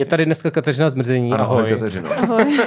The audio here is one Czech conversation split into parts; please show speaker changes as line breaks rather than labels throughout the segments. Je tady dneska Kateřina Zmrzení.
Ano, ahoj.
Ahoj.
Kateřino.
Ahoj.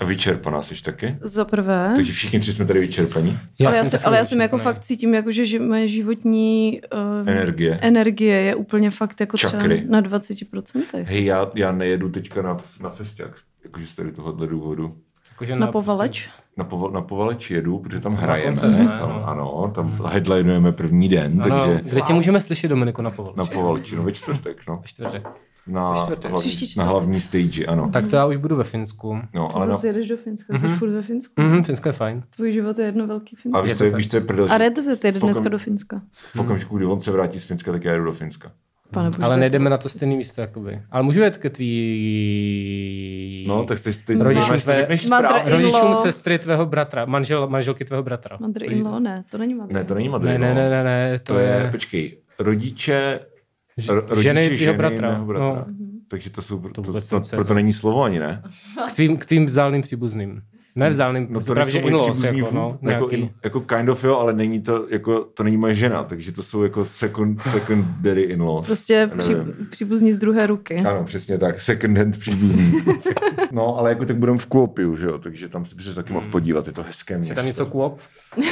A vyčerpaná jsi taky?
Za prvé.
Takže všichni tři jsme tady vyčerpaní.
ale, já jsem,
taky
ale já jsem jako
vyčerpaný.
fakt cítím, jako, že ži, moje životní uh,
Energie.
energie je úplně fakt jako
Čakry.
třeba na 20%.
Hej, já, já nejedu teďka na, na festiák, jakože z tady tohohle důvodu.
Jakože
Na
prostě-
povaleč?
Na, prostě- povo, na povaleč jedu, protože tam
na
hrajeme,
koncert, ne?
tam,
No.
ano, tam headlinujeme první den,
Prostě, ano,
No, takže
Kde tě můžeme slyšet, Dominiku, na povaleč?
na povaleči, no ve čtvrtek, no.
Ve čtvrtek.
Na,
čtvrtek.
hlavní,
Příští čtvrtek.
na hlavní stage, ano.
Tak to já už budu ve Finsku.
No,
Ty
ale na,
zase jedeš do Finska, jsi
Mhm.
furt ve Finsku.
Mhm, Finsko je fajn.
Tvůj život je jedno velký Finsko.
a
Je
víš,
to
co je,
tak.
víš, co je prdel,
A
že
Red se jede dneska do Finska.
v okamžiku, kdy on se vrátí z Finska, tak já jdu do Finska.
Pane bože,
Ale
to je
nejdeme na to
prostě-
stejné místo, jakoby. Ale můžu jet ke tvý...
No, tak jsi teď
Rodičům
máš-
tvé-
řekneš
Mantra-
správně.
Rodičům
In-law.
sestry tvého bratra, manžel, manželky tvého bratra.
Mandr in law, ne, to není mandr.
Ne, to není Madrid.
Ne, ne,
no.
ne, ne, ne, to,
To je,
je...
počkej, rodiče,
Ž-
ro- rodiče
ženy
ženy
tvýho bratra.
mého bratra.
No.
Takže to jsou, to, to,
vůbec
to,
nemůže
proto není slovo ani, ne?
K tvým, k tvým vzdálným příbuzným. Ne vzdálným,
No to
právě, že
nejsou moji
in-laws,
příbuzní,
jako, no,
jako,
nějaký.
in- jako kind of jo, ale není to, jako, to není moje žena, takže to jsou jako second, secondary in-laws.
Prostě
Já
při,
nevím.
příbuzní z druhé ruky.
Ano, přesně tak, second hand příbuzní. no, ale jako tak budeme v Kuopiu, že jo, takže tam si přes taky mohl podívat, je to hezké město.
Je tam něco kuop?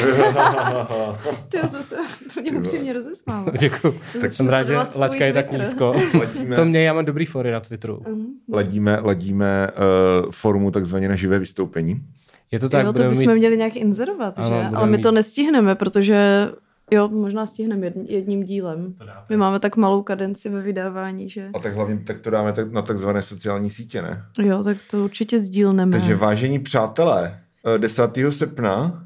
Ty, to, se, to mě upřímně rozesmálo.
Děkuju.
Tak
Jsem rád, že
sledovat tvůj
laťka je tak
Twitter.
nízko.
Platíme.
To mě, já mám dobrý fory na Twitteru.
Mhm.
ladíme, ladíme uh, formu takzvaně na živé vystoupení.
Je to
Tak
tak,
jo, to
budeme
bychom
mít...
měli nějak inzerovat,
Ano,
ano, že?
budeme
Ale my to
mít-
nestihneme, protože jo, možná stihneme jedn- jedním dílem. My máme tak malou kadenci ve vydávání, že
A tak hlavně tak to dáme tak, na takzvané sociální sítě, ne?
jo, tak to určitě sdílneme.
Takže vážení přátelé, eh, 10. srpna,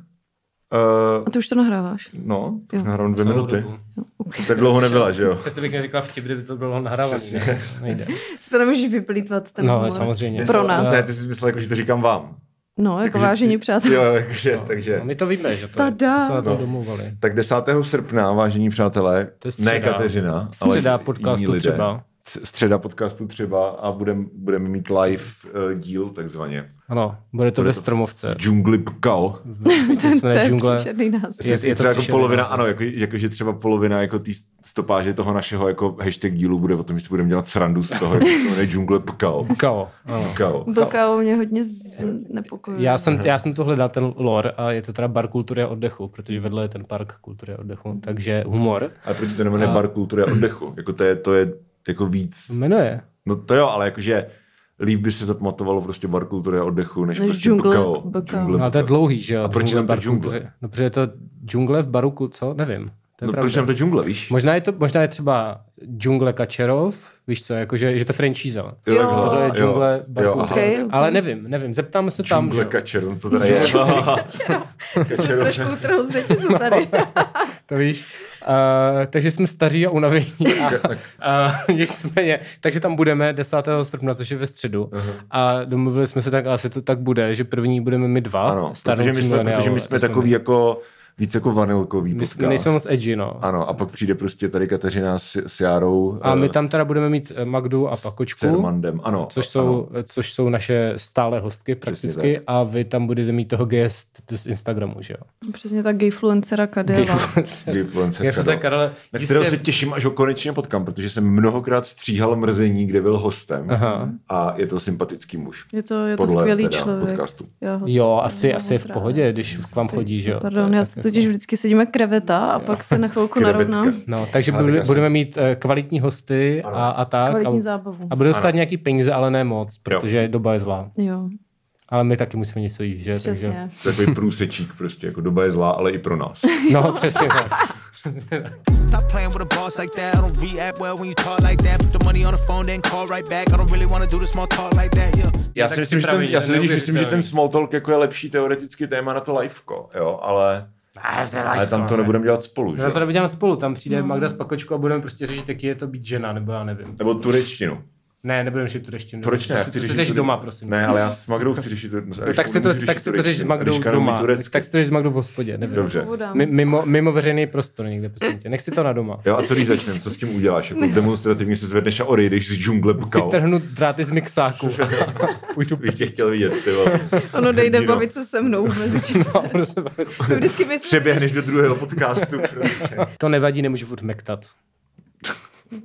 A
uh,
ty už to nahráváš.
no, to
Jo.
už nahrám dvě
celou
minuty.
dobu.
Jo, okay.
Tak dlouho nebyla, že jo?
Přesně bych neřekla vtip, kdyby to bylo nahrávané.
Přesně.
Ne, nejde.
Si to nemůžeš vyplýtvat ten
No,
humor.
samozřejmě.
Pro nás.
Ne, ty jsi myslel, jako, že to říkám vám.
No, jako
Jakože-
vážení přátelé.
Jo, jakože, takže.
No, my to víme, že to je.
Tada.
My jsme na tom
No.
domluvali.
Tak 10. srpna, vážení přátelé,
To je středa.
ne Kateřina, ale
Středa
jiní
podcastu
lidé.
třeba.
Středa podcastu třeba a budem, budeme mít live eh, díl takzvaně.
Ano, bude to
Bude
ve
to-
Stromovce.
V džungli Pkal.
V- se
to
jmenuje
je
džungle.
příšerný název.
Je, je,
je to
třeba jako
příšerné,
polovina,
no.
ano, jako, jako, že třeba polovina jako té stopáže toho našeho jako hashtag dílu bude o tom, že si budeme dělat srandu z toho, jako z toho džungle pkal.
Kao. Ano.
Pkal.
Blkao mě hodně znepokojuje.
Já jsem, já jsem to hledal, ten lore, a je to teda bar kultury a oddechu, protože vedle je ten park kultury a oddechu, takže humor
Ale proč to nemenuje
A-
bar kultury a oddechu? Jako to je, to je jako víc,
jmenuje.
no to jo, ale jakože líp by se zapamatovalo prostě bar kultury a oddechu, než,
Než
prostě
džungle
pkal.
pkal.
No, ale to je
pkal.
dlouhý, že jo?
A proč je tam ta
bar
džungle?
kultury. No, protože je to džungle v baru, kul- co? Nevím. To je
No,
pravda.
proč nám to džungle, víš?
Možná je to, možná je třeba džungle Kačerov, víš co, jakože, že to je franchíza.
Jo,
takhle.
Tohle je
Jo,
džungle bar
jo,
kultury.
aha.
Okay,
Ale nevím, nevím, zeptáme se tam, že
Džungle
jo.
kačerů, to teda je.
jsem se trošku utrhl z řetězu tady.
to víš. Uh, takže jsme staří a unavení. A, uh, nicméně, takže tam budeme 10. srpna, což je ve středu. A domluvili jsme se tak, asi to tak bude, že první budeme my dva.
Ano,
starnoucí
protože my jsme, protože my
mileniálové.
jsme takový jako víc jako vanilkový
My, jsme-
podcast.
nejsme moc edgy, no.
Ano, a pak přijde prostě tady Kateřina s, s Járou.
A my
eh,
tam teda budeme mít eh, Magdu a
s
Pakočku,
Cermandem, ano.
což
ano.
jsou, eh, což jsou naše stále hostky prakticky a vy tam budete mít toho guest z Instagramu, že jo?
Přesně tak gayfluencera Kadela.
Influencer
Gayfluencer
Karel.
Karel,
Na kterého se
jistě,
těším, až ho konečně potkám, protože jsem mnohokrát stříhal mrzení, kde byl hostem
Aha.
a je to sympatický muž.
Je to, je to skvělý člověk. Jako
podcastu.
Já ho-
jo, asi,
já ho
asi je v
moc
pohodě, když k vám chodí, že jo? To
Pardon,
je
já
tak jako-
se totiž vždycky sedím jak kreveta a pak se na chvilku
Krevetka.
narovnám
No, takže
Ale tak
budeme,
já jsem-
budeme mít eh, kvalitní hosty a, a tak. A,
kvalitní zábavu.
a budou stát nějaký peníze, ale ne moc, protože doba je zlá.
Jo,
Ale my taky musíme něco jíst, že?
přesně.
Takový průsečík prostě, jako doba je zlá, ale i pro nás.
no, přesně tak. Přesně tak.
Stop playing with a boss like that. I don't react well when you talk like that. Put the money on the phone, then call right back. I don't really want to do the small talk like that. Yeah.
Já
tak
si myslím, že ten,
připravený,
já si totiž myslím, že
neuvěřitelný.
ten small talk jako je lepší teoreticky téma na to liveko, jo, ale, ale tam to nebudeme dělat spolu, že?
No, to nebudeme spolu, tam přijde Magda s Pakočkou a budeme prostě řešit, jaký je to být žena, nebo já nevím.
Nebo turečtinu.
Ne, nebudeme řešit turečtinu.
Proč ne?
To
Já
si-
chci
No, To si
řešit
řeš
tu-
doma, prosím.
Ne, ale já s Magdou chci řešit.
No, tak si to, tak si to řeš s Magdou doma. Tak si to řeš s Magdou v hospodě, nevím.
Dobře.
Mi- Mimo, mimo veřejný prostor někde, prosím tě. Nech si to na doma.
Jo, a co když začneme? Co s tím uděláš? Jako demonstrativně se zvedneš a odejdeš z džungle bkal.
Vytrhnu dráty z mixáku. Půjdu
Bych tě chtěl vidět, ty vole.
Ono dejde
Hrdino.
bavit se se mnou mezi
No,
čase.
budu se bavit.
To vždycky myslím,
Přeběhneš do druhého podcastu. Prostě.
To nevadí, nemůžu furt mektat.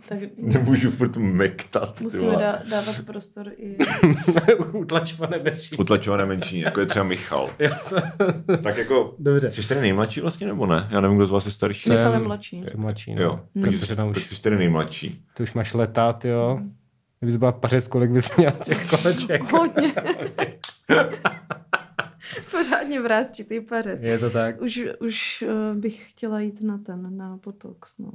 Tak
Nemůžu furt mektat.
musíme dá, dávat prostor i...
Utlačované beší.
Utlačované menšině, jako je třeba Michal. tak jako,
Dobře.
jsi tady nejmladší vlastně nebo ne? Já nevím, kdo z vás je starší.
Michal je
Jsem-
mladší.
Jsem mladší, no.
Jo,
Tak
takže
to
jsi,
tam
tak
už,
jsi tady nejmladší.
ty už máš letát, jo. Kdyby jsi byla pařec, kolik bys měla těch koleček.
Hodně. Pořádně vrázčitý pařec.
Je to tak.
Už, už eh, bych chtěla jít na ten, na Botox, no.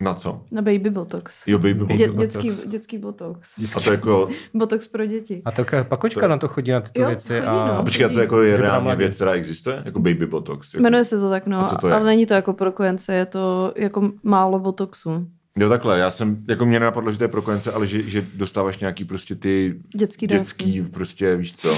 Na co?
Na baby Botox.
Jo, baby botox.
Dě,
Botox.
dětský, dětský Botox.
A to jako,
Botox pro děti.
A tak eh, pakočka
To-
na to chodí na tyto
Jo,
věci.
chodí,
a...
no.
a počkej, a to jako je
Že byla
reálně
mladý.
věc, která existuje? Jako baby botox. Jako,
Jmenuje se to tak,
A
no,
co to je?
ale není to jako pro kojence, je to jako málo botoxu.
Jo, takhle, já jsem, jako mě nenapadlo, že to je pro konce, ale že, že dostáváš nějaký prostě ty
Dětský dávky.
dětský, prostě, víš co,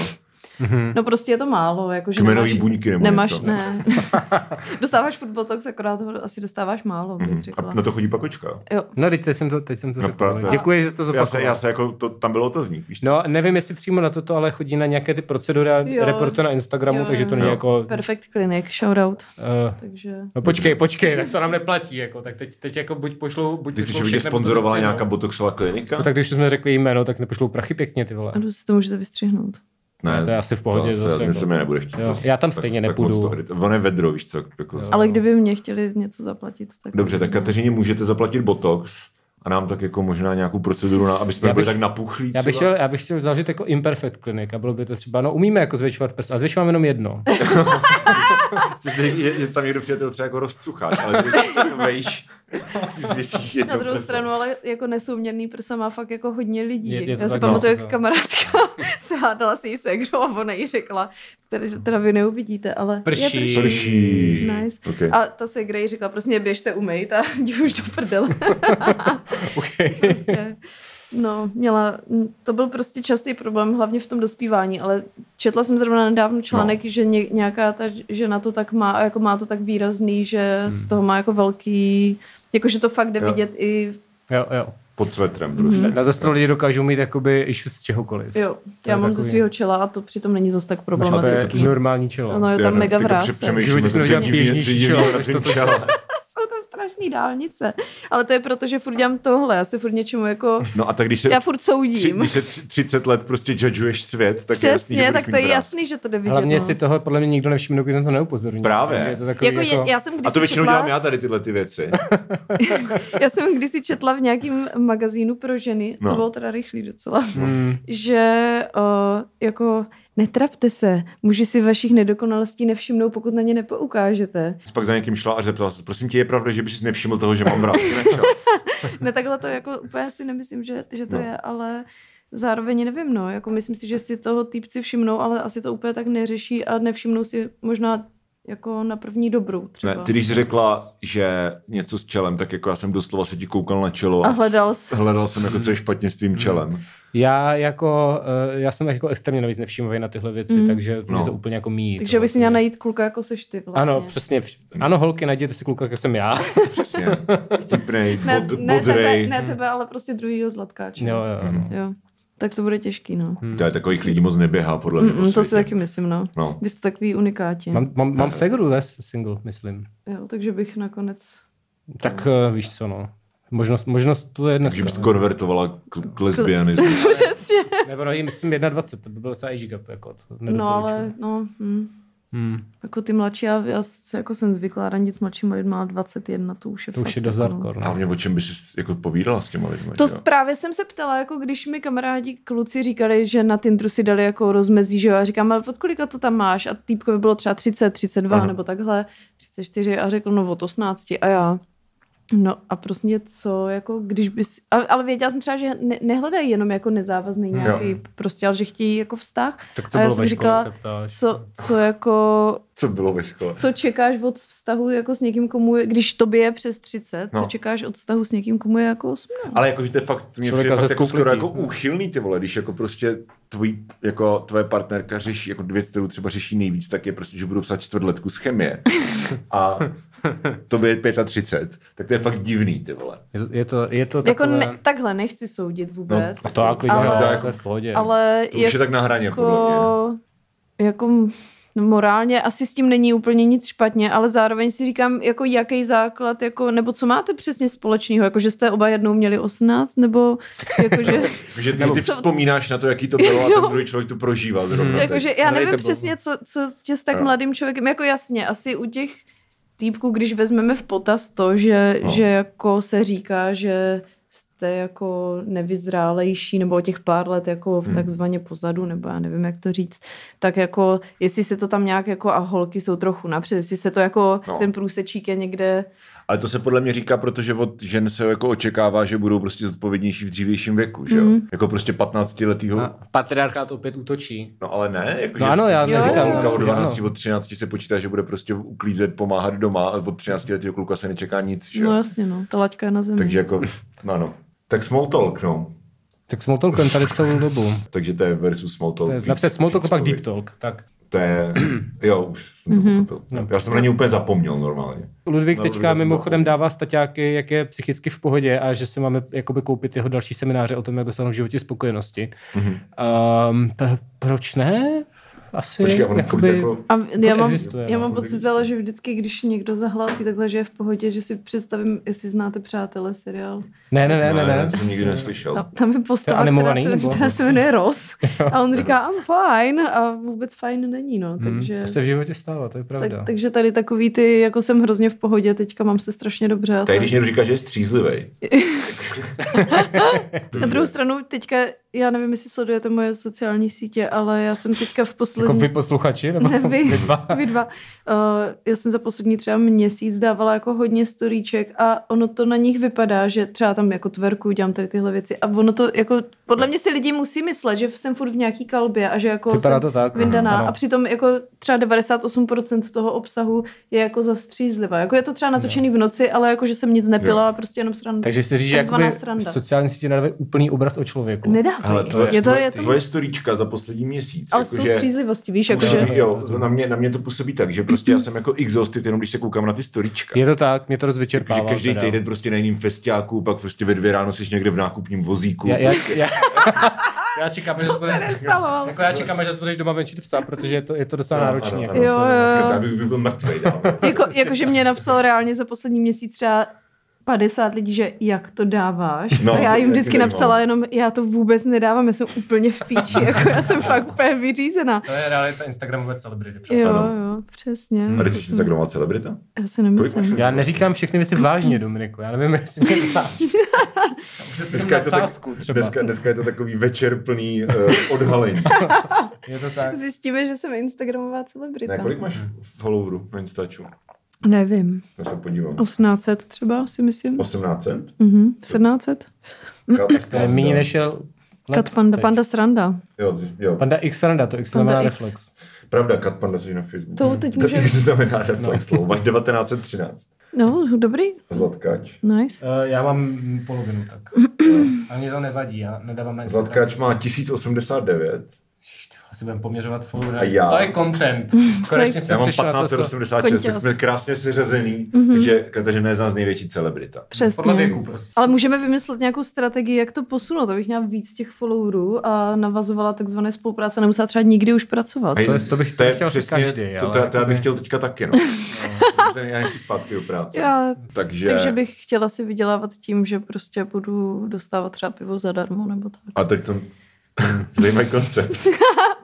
No prostě je to málo, jako že
kmenový
nemáš,
buňky nebo
nemáš,
něco.
ne. dostáváš furt botox, akorát ho asi dostáváš málo, bych
Mhm. A
řekla.
na to chodí pakočka.
Jo,
No, teď jsem to, teď jsem to
No,
řekl.
pravda.
No, Děkuji, že jsi to
Já
zopakoval.
se, já se jako, to, tam byl otazník, víš co?
No, nevím, jestli přímo na toto, ale chodí na nějaké ty procedury a
Jo.
reporty na Instagramu,
Jo,
takže
jo.
to není
Jo.
jako...
Perfect Clinic, shoutout.
eh,
Takže
No počkej, počkej, tak to nám neplatí, jako, tak teď, teď jako buď pošlou, buď
Ty chceš,
pošlou
aby tě
všechno, nebo to
sponzorovala
vystřihnou.
nějaká botoxová klinika?
prostě, No tak když jsme řekli jméno, tak nepošlou prachy pěkně, ty vole.
a jdu si to můžete vystřihnout.
Ne,
to je asi v pohodě
to
zase,
zase.
no.
se mě nebude chtít.
Jo,
zase.
já tam stejně
tak,
nepůjdu.
Tak moc to, ono je vedro, víš co. Jako.
Ale kdyby mě chtěli něco zaplatit, tak...
Dobře, tak Kateřině můžete zaplatit botox a nám tak jako možná nějakou proceduru, na, aby jsme
Já
byli
bych-
tak napuchlí.
Já bych,
třeba.
chtěl, já bych chtěl založit jako imperfect klinik a bylo by to třeba, no umíme jako zvětšovat prst, a zvětšujeme jenom jedno.
Jsi si- je, je, tam někdo přijde třeba jako rozcucháš, ale ty vejš zvětší jedno
Na druhou
prsa.
stranu, ale jako nesouměrný prsa má fakt jako hodně lidí.
Je- je to
Já si
tak,
pamatuju,
no.
jak kamarádka se hádala s její segrou a ona jí řekla, teda, teda vy neuvidíte, ale je
Prší.
prší.
Prší.
Nice.
Okay.
A ta segra jí řekla, prostě běž se umýt a jdi už do prdele.
okay.
prostě. No, měla, to byl prostě častý problém, hlavně v tom dospívání, ale četla jsem zrovna nedávno článek, no. že ně, nějaká ta žena to tak má, a jako má to tak výrazný, že hmm. z toho má jako velký, jako že to fakt jde
Jo.
vidět i,
Jo, jo.
Pod svetrem
Mhm.
prostě.
Na to stranu lidi dokážou mít jakoby issue z čehokoliv.
jo,
To
já
je
mám ze
takový.
svého čela a to přitom není zas tak
Máš no.
problematický.
úplně normální čelo.
Ano, No, je
Ty,
tam
ano,
mega
ty
vrásce.
přemýšlíme,
Životě jsem
co
neviděl
divného- co
běžnější
divného
čelo,
na
než
tvém
toto
čele.
Jsou tam strašné dálnice. Ale to je proto, že furt dělám tohle, já se furt něčemu jako,
No a tak když se,
já furt
tři,
soudím.
když se tři- 30 let prostě judgeuješ svět, tak je jasný, že
Přesně,
budeš
tak
mít
to je
vrásce.
jasný, že to jde vidět.
Hlavně
no.
si toho podle mě nikdo nevšimne, dokud to neupozorní.
Právě.
Takže je to takový
Jako,
jako,
je, já jsem kdysi
A to většinou
četla,
dělám já tady tyhle ty věci.
Já jsem kdysi četla v nějakém magazínu pro ženy, no.
No.
to bylo teda rychlý docela,
Hmm.
že uh, jako netrapte se, muži si vašich nedokonalostí nevšimnou, pokud na ně nepoukážete.
Jsi pak za někým šla a zeptala se, prosím tě, je pravda, že bys nevšiml toho, že mám vrázky na čele?
Ne, takhle to jako úplně si nemyslím, že, že to
No.
no. je, ale zároveň nevím, no, jako myslím si, že si toho týpci všimnou, ale asi to úplně tak neřeší a nevšimnou si možná jako na první dobrou třeba.
Ne, ty když jsi řekla, že něco s čelem, tak jako já jsem doslova se ti koukal na čelo
A
a,
hledal jsi.
hledal jsem, jako co je špatně s tvým čelem.
Já jako, eh, já jsem jako extrémně navíc nevšímavý na tyhle věci,
Mm.
mm. takže no.
No.
mě to úplně jako míjí.
Takže
to
bych si měla najít kluka, jako seš ty vlastně.
Ano, přesně. vš- Ano, holky, najděte si kluka, jak jsem já.
Přesně. Tipnej,
ne,
bod,
ne, tebe,
bodrej.
ne tebe, ale prostě druhýho zlatkáče.
jo, Hmm. jo. jo.
Jo, tak to bude těžký, no.
To je takových lidí moc neběhá, podle mě. po
Mm, to si
světě.
taky myslím, no.
No.
Vy jste takový unikáti.
Mám, mám, mám segru, ne? Single, myslím.
Jo, takže bych nakonec...
Tak eh, víš co, no. Možnost, možnost tu je
Že
dneska.
bys konvertovala k, k lesbianismu.
No. Přesně.
Nebo no, jí myslím 21, to by bylo docela age gap, jako to nedoporučuji.
No ale, no, hm.
Hmm,
Jako ty mladší, já, já se, jako jsem zvyklá randit s mladšíma lidma, ale 21, to už je
to
fakt,
už je dost
jako, no.
hardcore.
A
No.
mě o čem bys si jako povídala s těma lidmi?
To
že jo?
právě jsem se ptala, jako když mi kamarádi kluci říkali, že na Tinderu si dali jako rozmezí, že jo, a říkám, ale od kolika to tam máš? A týpkovi bylo třeba 30, 32
Aha.
Aha. nebo takhle, 34 a řekl, no od 18 a já. No a prostě co, jako když bys, a, ale věděla jsem třeba, že ne, nehledají jenom jako nezávazný nějaký,
Jo.
prostě, ale že chtějí jako vztah.
Tak co
a já
bylo
jsem
ve škole,
říkala,
se ptáš?
Co, co jako,
Co bylo ve škole?
co čekáš od vztahu jako s někým, komu je, když tobě je přes 30, no.
No.
co čekáš od vztahu s někým, komu je jako 18?
Ale jakože to je fakt, mě
Člověka
přijde fakt
ze
jako skoro
skouknutí.
jako úchylný ty vole, když jako prostě tvůj, jako tvoje partnerka řeší, jako věc, kterou třeba řeší nejvíc, tak je prostě, že budu psát čtvrtletku z chemie. A to by je 35, tak to je fakt divný ty vole.
Je to, je to, je to
Jako
takové... No,
ne, takhle nechci soudit vůbec.
to já klidně,
ale,
ale...
to
to
je
je
jako-
v pohodě.
ale
To už je tak na hraně, podle mě.
jako, jako No, morálně asi s tím není úplně nic špatně, ale zároveň si říkám, jako jaký základ, jako, nebo co máte přesně společného, jako že jste oba jednou měli 18, nebo jako, že,
Takže ty, ty vzpomínáš na to, jaký to bylo a ten druhý člověk to prožívá zrovna.
jako,
teď.
že já
Dejte
nevím
Bohu.
přesně, co, co tě s tak
Jo.
mladým člověkem, jako jasně, asi u těch týpků, když vezmeme v potaz to, že,
No.
že jako se říká, že jste jako nevyzrálejší nebo o těch pár let jako
Hmm.
hmm. takzvaně pozadu, nebo já nevím, jak to říct, tak jako jestli se to tam nějak jako a holky jsou trochu napřed, jestli se to jako
No.
no. ten průsečík je někde
Ale to se podle mě říká, protože od žen se jako očekává, že budou prostě zodpovědnější v dřívějším věku, že jo?
Mhm.
Jako prostě 15 letýho.
A patriarchát opět útočí.
No ale ne, jako,
No
že
ano, já
že
neříkám,
Holka
já
od
myslím, že
12,
ano.
od 13 se počítá, že bude prostě uklízet, pomáhat doma, a od 13 letého kluka se nečeká nic, že jo?
No jasně, no, ta laťka je na zemi.
Takže jako, no ano. Tak small talk, no.
Tak small talkem tady celou dobu.
Takže to je versus small talk.
To je
víc-
Napřed small talk a
víc
pak
mluví.
deep talk. Tak.
To je, jo, už jsem to
Mhm.
No.
pochopil. Já jsem na ně úplně zapomněl normálně.
Ludvík
No,
teďka
Ludvík
mimochodem
Zbachov.
dává staťáky, jak je psychicky v pohodě a že si máme jakoby koupit jeho další semináře o tom, jak dostanou v životě spokojenosti.
Mhm.
Mm-hmm. Um, p- proč ne? Asi
Počkej, on jakoby... jako,
A já mám,
existuje,
já
no.
mám pocit, ale že vždycky, když někdo zahlásí takhle, že je v pohodě, že si představím, jestli znáte přátelé seriál.
Ne, ne, ne, ne, ne.
jsem nikdy neslyšel.
Tam, tam je
To je
postava, která
animovaný,
se,
nebo?
která se jmenuje Ross a on říká I'm fine a vůbec fajn není, no.
Hmm,
Takže,
to se v životě stává, to je
tak,
pravda.
takže tady takový ty, jako jsem hrozně v pohodě, teďka mám se strašně dobře. A,
Tady
tak.
když někdo říká, že je střízlivý.
na druhou stranu teďka, já nevím, jestli sledujete moje sociální sítě, ale já jsem teďka v
Jako
poslední...
vy posluchači? Nebo
Ne, vy,
No, vy dva?
Vy dva. Uh, já jsem za poslední třeba měsíc dávala jako hodně storíček a ono to na nich vypadá, že třeba tam jako tverku, dělám tady tyhle věci a ono to jako, podle mě si lidi musí myslet, že jsem furt v nějaký kalbě a že jako
Vypadá
jsem
to tak,
vyndaná
ano.
a přitom jako třeba 98% toho obsahu je jako zastřízlivá. Jako je to třeba natočený v noci, ale jako, že jsem nic nepila
Jo.
a prostě jenom sranda.
No. Takže si říct, že
Takzvaná
jakoby
sranda.
sociální sítě nedávají úplný obraz o člověku.
Nedávají.
Ale tvoje,
je to, je to,
tvoje storíčka za poslední měsíc.
ale s
jako,
tou
jakože-
střízlivostí, víš, jako, jakože...
No.
Působí, jo, na mě, na mě to působí tak, že prostě já jsem jako exhausted, jenom když se koukám na ty storíčka.
Je to tak, mě to dost
Že
vyčerpává.
každý
teda.
týden prostě na jiném festiáku, pak prostě ve dvě ráno jsi někde v nákupním vozíku.
Já, já, já, já čekám, že to
Nestalo.
Jako já čekám, až budeš doma venčit psa, protože je to, je to docela
Ano,
náročné.
ano,
Jako.
ano, jsem-
Jo, jo, jo.
Já bych byl mrtvej no. dál.
jako,
Prostě.
jako, že mě napsal reálně za poslední měsíc třeba 50 lidí, že jak to dáváš.
No,
No, a já jim
jak to
vždycky
zajímalo.
napsala jenom, já to vůbec nedávám, já jsem úplně v píči, jako já jsem fakt úplně vyřízená.
To je realita Instagramové celebrity. přátelé.
Jo,
Ano.
jo, přesně.
A ty jsi Instagramová celebrita?
Já si
Kolik
nemyslím.
máš?
Já neříkám všechny věci vážně, Dominiku. Já nevím, jestli mě znáš. Dneska
Dneska
je
je, to tak,
sásku, třeba.
dneska, dneska je to takový večer plný uh, odhalení.
Je to tak.
Zjistíme, že jsem Instagramová
Ne,
celebrita.
kolik máš followerů na Instaču?
Nevím.
Já se podívám.
1800 třeba si myslím.
1800?
Mhm, 1700.
Tak
To je méně než je
Kat panda, panda sranda.
Jo, jo.
Panda X randa, to X
Panda
znamená
X.
reflex.
Pravda, Kat Panda jsi na Facebooku.
To teď
To
můžeme-
jak se znamená reflex no. Máš 1913.
No, dobrý.
Zlatkáč.
Nice.
Uh, já mám polovinu tak. A mě to nevadí, já nedávám na Instagram
Zlatkáč
nic.
má 1089.
Ježiš, ty vole, Asi budeme poměřovat follower.
A já?
To je content. Konečně
Já
jsem
mám
přišla na to, co...
1586, tak
Končil
jsme
jsi.
krásně seřazený, mm-hmm.
Mhm.
takže Kateřina je z nás největší celebrita.
Podle
Přesně.
věku prostě.
Ale můžeme vymyslet nějakou strategii, jak to posunout, abych měla víc těch followerů a navazovala takzvané spolupráce, nemusela třeba nikdy už pracovat.
to je- to bych- to bych chtěl asi každý,
to,
ale
to, já- to, já
jakoby-
bych chtěl teďka taky, no. no. já nechci zpátky do práce.
Já,
Takže,
takže bych chtěla si vydělávat tím, že prostě budu dostávat třeba pivo zadarmo nebo tak.
A tak to zajímavý koncept.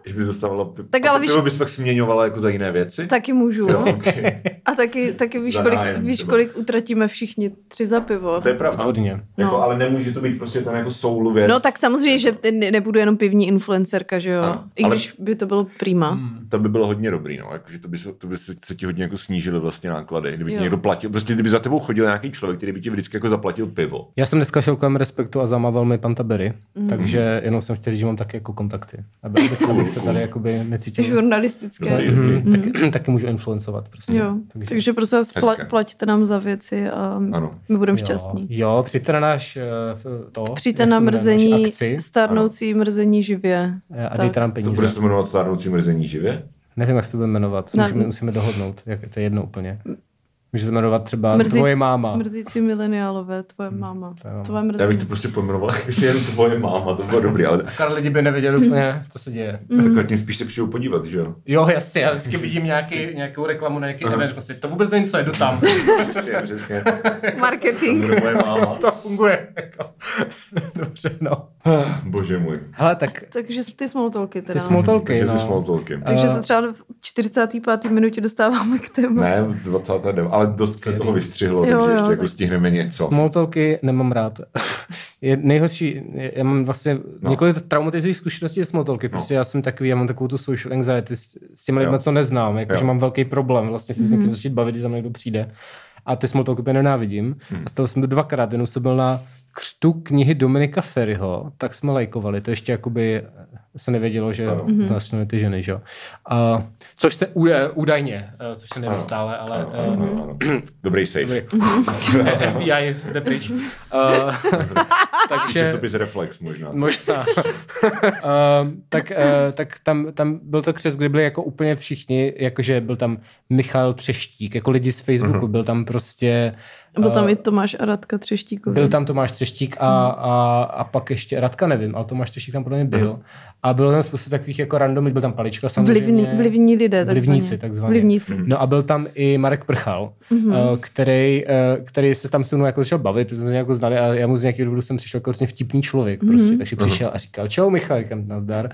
Když bys dostávala... pi-
Tak
a
ale
to
víš-
pivo bys pak směňovala jako za jiné věci?
Taky můžu.
Jo, okay.
A taky, taky víš,
Za
kolik,
nájem
víš,
třeba.
kolik utratíme všichni tři za pivo.
To je pravda.
Hodně.
Jako,
No.
ale nemůže to být prostě ten jako soul věc.
No tak samozřejmě, že ne- nebudu jenom pivní influencerka, že jo?
Ano,
I
ale- Hmm,
když by to bylo prima.
To by bylo hodně dobrý, no. Jakože to by, se, to by se, se ti hodně jako snížily vlastně náklady. Kdyby ti
Jo.
někdo platil, prostě kdyby za tebou chodil nějaký člověk, který by ti vždycky jako zaplatil pivo.
Já jsem dneska šel kolem Respektu a zamával mi Pantabery,
Mhm.
mm. takže jenom jsem chtěl říct, že mám taky jako kontakty. Aby, aby, se, abych se tady jakoby
no.
necítil.
Žurnalistické.
Dobrý, dobrý.
Taky, taky můžu influencovat prostě.
Mhm. Jo, takže, takže prosím vás,
Hezké.
pla- plaťte nám za věci a
Ano.
my budeme
Jo.
šťastní.
Jo, přijďte na náš eh, to.
Přijďte
jak
na
se jmenuje, naši
mrzení,
akci
starnoucí mrzení živě.
eh, a
Tak.
dejte nám
To bude
peníze.
se jmenovat stárnoucí mrzení živě?
Nevím, jak se to bude jmenovat.
Ne.
Musíme, musíme dohodnout. Jak, to je jedno úplně. Může se jmenovat třeba
Mrzíc-
Mrzit. tvoje máma. Hmm,
Mrzící mileniálové, tvoje máma.
to-
Tvoje
Já
mrzí.
bych to prostě pojmenoval, jestli jen tvoje máma, to bylo dobrý, ale
Pár lidí by nevěděl úplně, co se děje.
Mhm.
mm. takhle tím spíš se přijdu podívat, že jo?
Jo, jasně, já vždycky vidím nějaký, nějakou reklamu na nějaký event, prostě to vůbec není co, jedu tam.
Přesně, přesně.
Marketing.
To moje máma.
to funguje. Jako. Dobře, no.
Bože můj.
Hele, tak
Takže ty smoltolky teda.
ty
no.
smoltolky,
Takže ty
no.
small talky.
Takže se třeba v 45. minutě dostáváme k tématu.
Ne, 29, ale dost se toho vystřihlo,
Jo,
takže
jo,
ještě jako
tak-
stihneme něco.
Smoltolky nemám rád. Je nejhorší, já mám vlastně no. několik traumatizujících zkušeností s smoltolky, protože já jsem takový, já mám takovou tu social anxiety s, s těmi lidmi,
No. Jo.
co neznám, jako,
Jo.
že mám velký problém vlastně se s někým začít bavit, když za mnou někdo přijde. A ty smoltolky úplně nenávidím.
Hmm.
A stal jsem to dvakrát, jenom jsem byl na křtu knihy Dominika Ferryho, tak jsme lajkovali, to ještě jakoby eh, se nevědělo, že
Ano.
znásilňuje ty ženy, že jo. A- Což se údaj- údajně, eh, což se neví
Ano.
stále, ale
Ano,
eh,
ano, ano, ano. Dobrý safe.
Dobrý. FBI jde pryč. Uh, takže
Časopis Reflex možná.
No.
možná. uh, tak, uh, tak tam, tam byl to křes, kde byli jako úplně všichni, jakože byl tam Michal Třeštík, jako lidi z Facebooku, byl tam prostě
Byl tam i Tomáš a Radka Třeštíkovi.
byl tam Tomáš Třeštík a, a, a pak ještě Radka nevím, ale Tomáš Třeštík tam podle mě byl. A bylo tam spoustu takových jako random, byl tam Palička samozřejmě.
Vlivní, vlivní lidé, takzvaně.
Vlivníci, takzvaně.
Vlivníci.
No a byl tam i Marek Prchal, mm-hmm. který, eh, který se tam se mnou jako začal bavit, protože jsme se jako znali a já mu z nějakého důvodu jsem přišel jako hrozně vtipný člověk prostě, takže přišel a říkal, čau Michal, říkám, nazdar.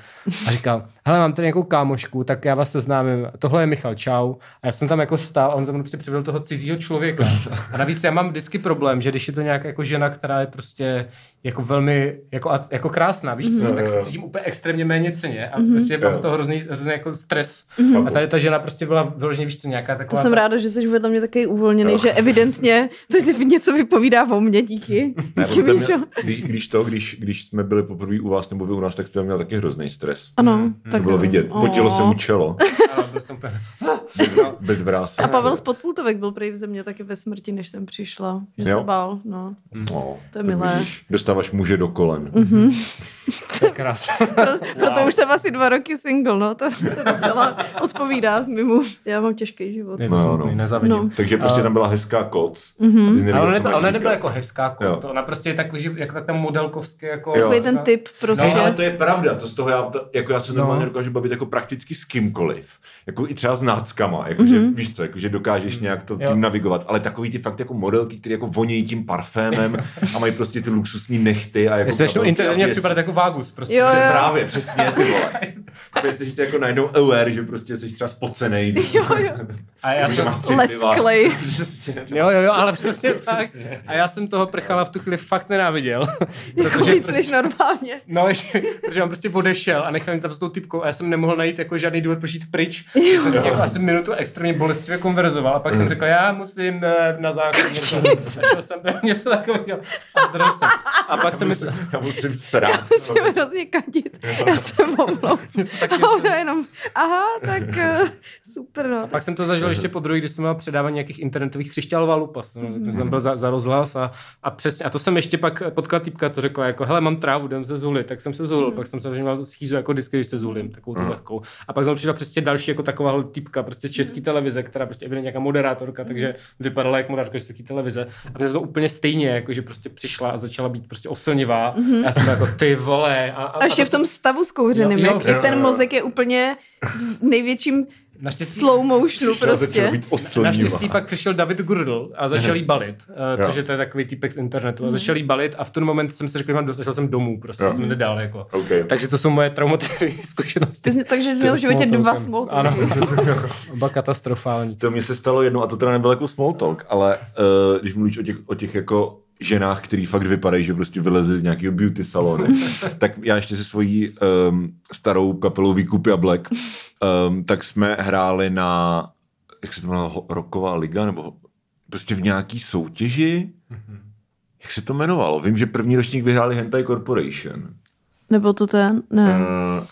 A říkal, hele, mám tady nějakou kámošku, tak já vás seznámím, tohle je Michal, čau. A já jsem tam jako stál a on za mnou prostě přivedl toho cizího člověka. A navíc já mám vždycky problém, že když je to nějak jako žena, která je prostě jako velmi, jako, a- jako krásná, víš co,
Mhm.
tak se cítím úplně extrémně méně ceně a prostě mám z toho hrozný, hrozný jako stres. A tady ta žena prostě byla vyloženě, víš co, nějaká
To
taková...
jsem
ta-
ráda, že jsi vedle mě takový uvolněný, že evidentně to ti něco vypovídá o mně, díky.
Ne,
Díky,
protože
Míšo.
měl, když, když to, když, když jsme byli poprvé u vás nebo vy u nás, tak jste měl taky hrozný stres.
Ano,
Hmm,
tak
To bylo
jo.
vidět. Potilo se mu čelo.
Ano, byl jsem úplně...
Bez, bez vrásy.
A Pavel z Podpultovek byl prý v země taky ve smrti, než jsem přišla. Že se
Jo.
bál, no.
No,
To je
tak
milé. Mhm.
vidíš, Dostáváš muže do kolen.
To je krásné.
Pro, proto už jsem asi dva roky single, no. To, to docela odpovídá mimo. Já mám těžký život.
Je
No,
to
no.
smutný, nezavidím.
No.
Takže prostě
A-
tam byla hezká koc.
Mhm.
Mm-hmm. A ty jsi
Ale
nevěděl,
ona,
co
nebyla,
máš
ona nebyla
říkat.
jako hezká kost,
Jo.
ona prostě je takový, že, jak tak ten modelkovský jako...
Jo.
Takový ten typ prostě.
No, ale to je pravda, to z toho já, ta- jako já se
No.
normálně dokážu bavit jako prakticky s kýmkoliv. Jako i třeba s náckama, jakože mm-hmm. víš co, jakože dokážeš nějak to
Jo.
tím navigovat, ale takový ty fakt jako modelky, které jako vonějí tím parfémem a mají prostě ty luxusní nechty a jako...
Já se začnu
kabelky a
intenzivně
věci.
připadat jako vágus prostě.
Jo,
Že
jo.
Právě, přesně, ty vole. Protože jsi si jako najednou aware, že prostě jsi třeba spocenej. když-
Jo, jo.
A já
jako, že
jsem...
máš tři piva.
Lesklej.
Přesně.
Jo, jo, jo, ale přesně tak. A já jsem toho prchala v tu chvíli fakt nenáviděl.
Jako víc
prostě-
než normálně.
No, ještě, protože on prostě odešel a nechal mě tam s tou typkou a já jsem nemohl najít jako žádný důvod, proč jít pryč. Já jsem s ním asi minutu extrémně bolestivě konverzoval a pak jsem řekl, já musím eh, na záchod něco. A šel jsem něco takového a zdrhl jsem. A pak jsem myslel,
Já musím srát.
Musím hrozně kadit. Já se omlouvám. A ona jenom, aha, tak eh, super, no.
pak jsem to zažil ještě po druhé, když jsem měl předávání nějakých internetových křišťálová lupa. No,
Mhm.
mm. jsem byl za, za rozhlas a, a, přesně, a to jsem ještě pak potkal týpka, co řekla, jako hele, mám trávu, jdem se zulit, tak jsem se zulil,
Mhm.
pak jsem samozřejmě měl schýzu jako disky, když se zulím, takovou tu lehkou. A pak jsem přišla přesně další jako taková týpka, prostě z
Mhm.
český televize, která prostě evidentně nějaká moderátorka, takže vypadala jako moderátorka z český televize. A mě to bylo úplně stejně, jako že prostě přišla a začala být prostě oslnivá. Mm. Já jsem byl jako ty vole. A, a,
Mhm. A ještě v tom stavu s kouřeným,
Jo, jo,
jak že
jo,
ten
jo.
mozek je úplně v největším slow motionu
Začal
prostě.
být oslnivá.
Naštěstí pak přišel David Gurdl a začal jí balit, eh, což
Jo.
je to je takový týpek z
Mhm.
internetu. A začal jí balit a v ten moment jsem si řekl, že mám dost, a šel jsem domů, prostě
Jo.
jsem nedál. Jako.
Okay.
Takže to jsou moje traumatické zkušenosti.
Ty jsi, takže jsi měl v
s
životě dva
small
small
talkem. Ano, oba katastrofální.
To mně se stalo jednou, a to teda nebyl jako small talk, ale uh, když mluvíš o těch, o těch jako ženách, který fakt vypadají, že prostě vylezli z nějakého beauty salonu, tak já ještě se svojí um, starou kapelou Výkupy a Black, um, tak jsme hráli na, jak se to jmenovalo, Roková liga, nebo ho- prostě v nějaký soutěži, jak se to jmenovalo? Vím, že první ročník vyhráli Hentai Corporation.
Nebyl to ten? Ne.
Uh,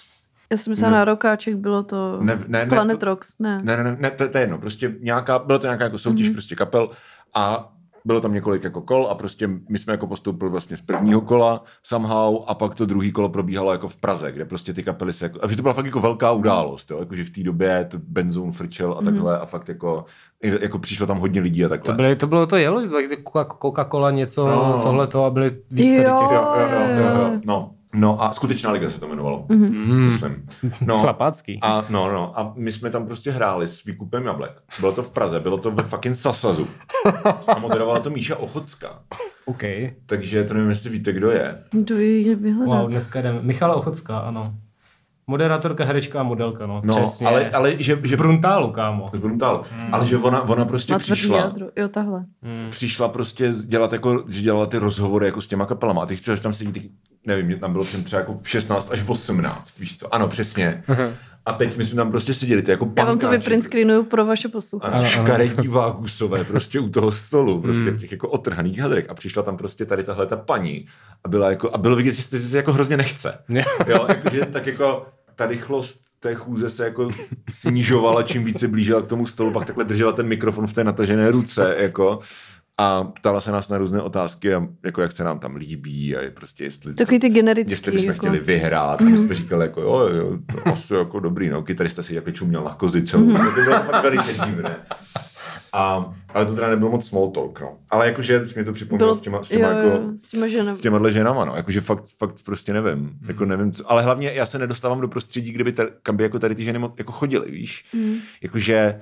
Já jsem myslela na Rokáček, bylo to
Ne, ne, ne,
Planet
to-
Rocks, ne.
Ne, ne, ne, ne to, to je jedno, prostě nějaká, byla to nějaká jako soutěž mm-hmm. prostě kapel a bylo tam několik jako kol a prostě my jsme jako postoupili vlastně z prvního kola somehow a pak to druhý kolo probíhalo jako v Praze, kde prostě ty kapely se jako, a že to byla fakt jako velká událost, jo, jakože v té době to Benzoon frčel a takhle a fakt jako, jako přišlo tam hodně lidí a takhle.
To, byly, to bylo to jelo, že to byla Coca-Cola něco, no.
No.
tohle to a byly víc tady
Jo.
těch.
Jo, jo, jo, jo, jo. No, no a skutečná liga se to jmenovalo,
Mhm.
mm-hmm. myslím.
No.
No,
Chlapácký. A...
a, no, no, a my jsme tam prostě hráli s výkupem jablek. Bylo to v Praze, bylo to ve fucking Sasazu. A moderovala to Míša Ochocka.
OK.
Takže to nevím, jestli víte, kdo je.
Jdu ji vyhledat.
Wow, dneska jdeme. Michala Ochocká, ano. Moderátorka, herečka a modelka, no.
No,
Přesně. Hmm.
ale, ale že,
Z
že
Bruntálu, kámo.
Bruntál. Ale že ona, ona prostě
Má tvrdý
přišla.
jádro. Jo, tahle.
přišla prostě z- dělat jako, že dělala ty rozhovory jako s těma kapelama a ty chtěla, že tam sedí, ty, nevím, mě tam bylo všem třeba jako 16 až 18, víš co, ano, přesně. A teď my jsme tam prostě seděli, ty jako
Já vám to
pankáči,
vyprint screenuju pro vaše posluchače.
a škaredí vágusové prostě u toho stolu, prostě v těch jako otrhaných hadrech a přišla tam prostě tady tahle ta paní a byla jako, a bylo vidět, že se se jako hrozně nechce. Jo, jakože tak jako ta rychlost té chůze se jako snižovala, čím víc se blížila k tomu stolu, pak takhle držela ten mikrofon v té natažené ruce, jako a ptala se nás na různé otázky, a jako jak se nám tam líbí a je prostě jestli...
Takový ty generický.
Jestli bychom
jako.
chtěli vyhrát, mm. a my jsme říkali jako jo, jo, to asi jako dobrý, no, kytarista si jako čuměl na kozi celou, mm.
Mhm.
to bylo fakt velice divné. A, ale to teda nebylo moc small talk, no. Ale jakože mě to připomnělo
Bylo-
s těma, s těma,
jo, jo,
jako,
s těma ženama. Mhm.
s těma ženama, no. Jakože fakt, fakt prostě nevím. Mm. Jako nevím, co. Ale hlavně já se nedostávám do prostředí, kde by ta, kam by jako tady ty ženy mo- jako chodily, víš.
Mhm.
Mm. Jakože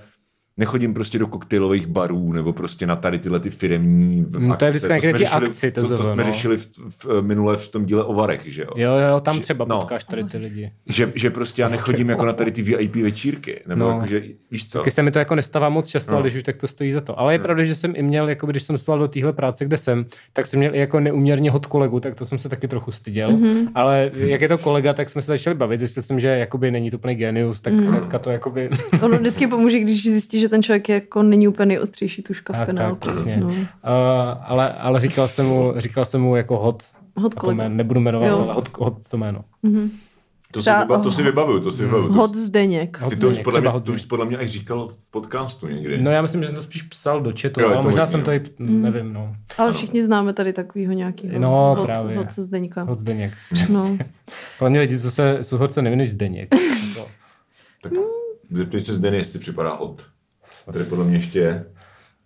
nechodím prostě do koktejlových barů nebo prostě na tady tyhle ty firemní v-
Mm, to je
akce.
vždycky na
jsme
nějaké ty
řešili-
akci, to
to, to,
zove,
jsme
no.
řešili v, v, eh, minule v tom díle o Varech, že jo?
Jo, jo, tam
Že-
třeba
no.
potkáš tady ty lidi.
Že, že prostě já nechodím jako na tady ty VIP večírky, nebo
No.
no. jakože, víš co?
Taky se mi to jako nestává moc často, no.
No.
ale když už tak to stojí za to. Ale je pravda, že jsem i měl, jako když jsem stál do téhle práce, kde jsem, tak jsem měl i jako neuměrně hod kolegu, tak to jsem se taky trochu styděl.
Mhm.
Mm-hmm. Ale jak je to kolega, tak jsme se začali bavit. Zjistil jsem, že jakoby není to úplný genius, tak
Mhm.
mm-hmm. hnedka to jakoby...
Ono vždycky pomůže, když zjistí, že ten člověk je jako není úplně nejostřejší tuška v
tak,
penálu.
tak, přesně.
No.
No. Uh, ale, ale říkal jsem mu, říkal jsem mu jako hod,
Hod
jako
kolega.
jméno, nebudu jmenovat,
Jo.
ale hod, hod to jméno.
To, si
Třeba-
vyba, to si vybavuju, to si vybavuju. To-
Hod Zdeněk.
Hod
Ty to už,
Zdeněk,
podle
Hmm. třeba
mě,
hod
to už
Zdeněk.
podle mě až říkal v podcastu někdy.
No já myslím, že jsem to spíš psal do chatu,
Jo, je
ale
to
možná
možný,
jsem to
jo.
i,
Mhm.
nevím, no.
Ale všichni známe tady takovýho nějakýho.
No,
hod,
právě.
Hod Zdeňka.
Hod Zdeněk.
No.
Pro mě lidi, co se suhorce nevěnují Zdeněk. To-
Tak zeptej se Zdeny, jestli připadá hot. Tady podle mě ještě je.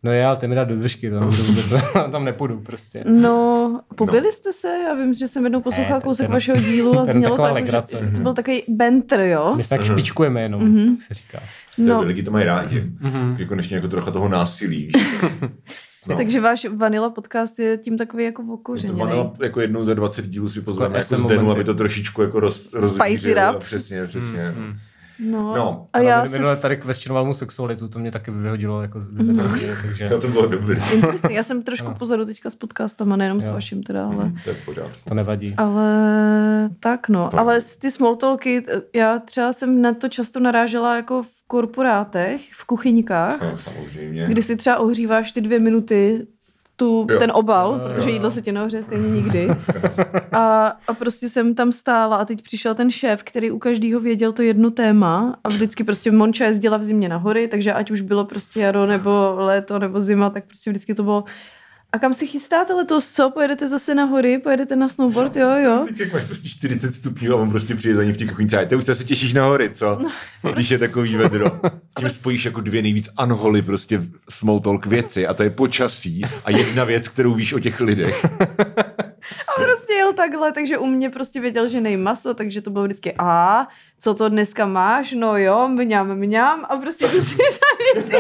No já, ale ty mi dá do držky, to nebudu vůbec, tam nepůjdu prostě.
No, pobili jste se? Já vím, že jsem jednou
Ne,
poslouchala
to- to
kousek
jenom-
vašeho dílu a
to jenom
znělo to,
taková
jako,
legrace.
že to byl takový banter, jo?
My se tak
Mhm.
špičkujeme jenom,
Mhm.
mm-hmm. jak se říká.
No.
No,
Lidi to mají rádi.
Mhm.
Mm-hmm. Je konečně jako trocha toho násilí. víš co. No.
takže váš Vanilla podcast je tím takový jako
To
okořeněný.
Vanilla jako jednou za 20 dílů si pozveme
Takové
jako
SM
Zdenu,
momenty.
aby to trošičku jako roz,
it up.
Přesně, přesně. Mm-hmm.
Mhm.
No.
No,
a
Ale
já
minule- minule
se...
tady kvestionoval mu sexualitu, to mě taky vyhodilo, jako, z-
Mhm.
vyvedení, takže
No, to bylo dobré.
Interesting. Já jsem
No.
trošku pozadu teďka s podcastama, nejenom s vaším teda, ale...
To je v pořádku.
to nevadí.
Ale tak no, to. ale s- ty small talky, t- já třeba jsem na to často narážela jako v korporátech, v kuchyňkách,
No, samozřejmě.
kdy si třeba ohříváš ty dvě minuty tu,
Jo.
ten obal,
Jo, jo,
protože
jo.
jídlo se tě neohřeje stejně nikdy. A, a prostě jsem tam stála a teď přišel ten šéf, který u každého věděl to jedno téma a vždycky prostě Monča jezdila v zimě na hory, takže ať už bylo prostě jaro nebo léto nebo zima, tak prostě vždycky to bylo a kam se chystáte letos, co? Pojedete zase na hory, pojedete na snowboard, jo, jo.
Teď jak máš prostě 40 stupňů a on prostě přijde za ní v té kuchyňce. Ty už se asi těšíš na hory, co? No,
prostě.
Když je takový vedro. Tím spojíš jako dvě nejvíc anholy prostě v small talk věci a to je počasí a jedna věc, kterou víš o těch lidech.
prostě jel takhle, takže u mě prostě věděl, že nej maso, takže to bylo vždycky a co to dneska máš, no jo, mňam, mňam a prostě duši tady ty.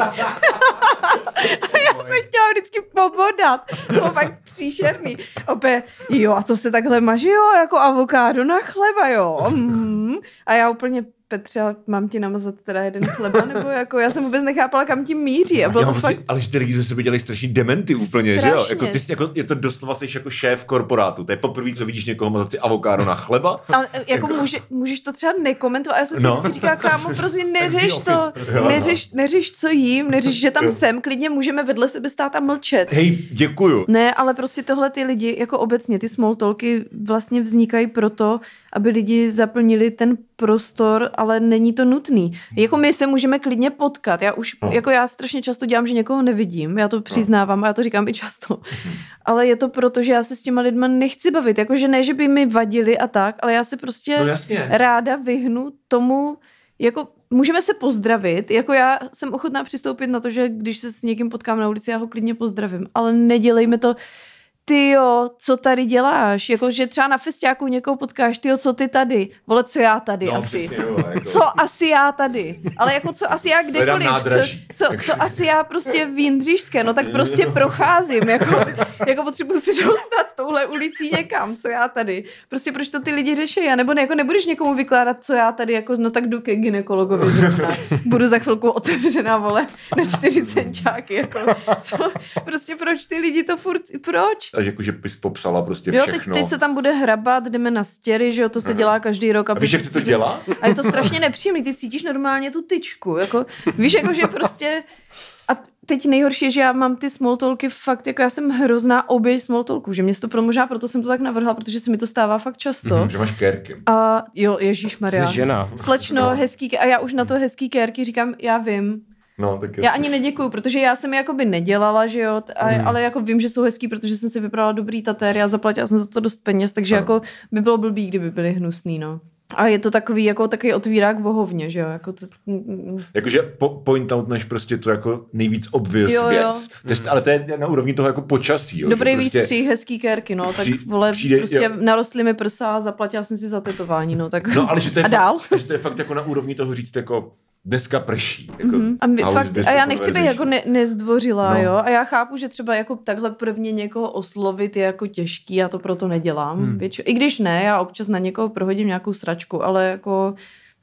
a já jsem chtěla vždycky pobodat, to bylo fakt příšerný. Opět, jo a to se takhle maže, jo, jako avokádo na chleba, jo. Mm. A já úplně Petře, ale mám ti namazat teda jeden chleba, nebo jako, já jsem vůbec nechápala, kam tím míří a bylo
Já
to
mám
fakt
pocit, ale že ty lidi ze sebe dělají strašný dementy úplně, že jo?
Strašně.
Jako, ty jsi, jako, je to doslova jsi jako šéf korporátu. To je poprvé, co vidíš někoho mazat si avokádo na chleba.
Ale e, jako může, můžeš to třeba nekomentovat, a já jsem si
No.
vždycky říkala, kámo, prostě neřeš
office,
to,
prostě.
neřeš, neřeš, co jím, neřeš, že tam
Jo.
jsem, klidně můžeme vedle sebe stát a mlčet.
Hej, děkuju.
Ne, ale prostě tohle ty lidi, jako obecně, ty small talky vlastně vznikají proto, aby lidi zaplnili ten prostor, ale není to nutný. Jako my se můžeme klidně potkat. Já už,
Mhm. No.
jako já strašně často dělám, že někoho nevidím, já to přiznávám a já to říkám i často.
Mhm.
Ale je to proto, že já se s těma lidma nechci bavit. Jakože ne, že by mi vadili a tak, ale já se prostě
No jasně.
ráda vyhnu tomu, jako můžeme se pozdravit, jako já jsem ochotná přistoupit na to, že když se s někým potkám na ulici, já ho klidně pozdravím, ale nedělejme to, ty jo, co tady děláš, jako že třeba na festiáku někoho potkáš, ty jo, co ty tady, vole, co já tady
No,
asi.
přesně, jo, a jako-
Co asi já tady? Ale jako co asi já kdekoliv? Co,
nádraží.
co, co asi já prostě v Jindříšské? No tak prostě procházím. Jako, jako potřebuji se dostat touhle ulicí někam. Co já tady? Prostě proč to ty lidi řeší? A nebo ne, jako nebudeš někomu vykládat, co já tady? Jako, no tak jdu ke ginekologovi. zrovna. Budu za chvilku otevřená, vole, na čtyři centiáky. Jako, co? Prostě proč ty lidi to furt... Proč?
A jako, že jakože bys popsala prostě
Jo, teď,
všechno.
teď se tam bude hrabat, jdeme na stěry, že jo, to se dělá každý rok.
A víš, jak se to dělá?
A je to strašně nepříjemný, ty cítíš normálně tu tyčku, jako, víš, jako, že prostě, a teď nejhorší je, že já mám ty smalltalky fakt, jako já jsem hrozná oběť smalltalků, že mě to pro, možná proto jsem to tak navrhla, protože se mi to stává fakt často.
Hm, Že máš kérky.
A jo, Ježíš Maria.
Mhm. Jsi žena.
Slečno, hezký, ke- a já už na to hezký kérky říkám, já vím.
No, tak
Já ani neděkuju, protože já jsem je jakoby nedělala, že jo, t- a,
Hmm.
Mm.
ale jako vím, že jsou hezký, protože jsem si vybrala dobrý tatéry a zaplatila jsem za to dost peněz, takže
Ano.
jako by bylo blbý, kdyby byly hnusný, no. A je to takový, jako takový otvírák vohovně, že jo, jako to, mm, mm.
Jakože po, point out než prostě to jako nejvíc obvious
Jo, jo.
věc. To
Hmm.
je, ale to je na úrovni toho jako počasí. Jo, že
Dobrý
prostě,
výstřih, hezký kérky, no, tak
Při-
vole,
přijde-
prostě
jo.
narostly mi prsa, zaplatila jsem si za tetování, no, tak
No, ale že to je,
a dál.
Fakt, že to je fakt jako na úrovni toho říct jako dneska prší. Jako,
Mhm. A, my,
how is
fakt,
this
a
a
já nechci být
conversation?
jako ne, nezdvořilá,
No.
no. jo. A já chápu, že třeba jako takhle prvně někoho oslovit je jako těžký, já to proto nedělám.
Hmm.
Hmm. I když ne, já občas na někoho prohodím nějakou sračku, ale jako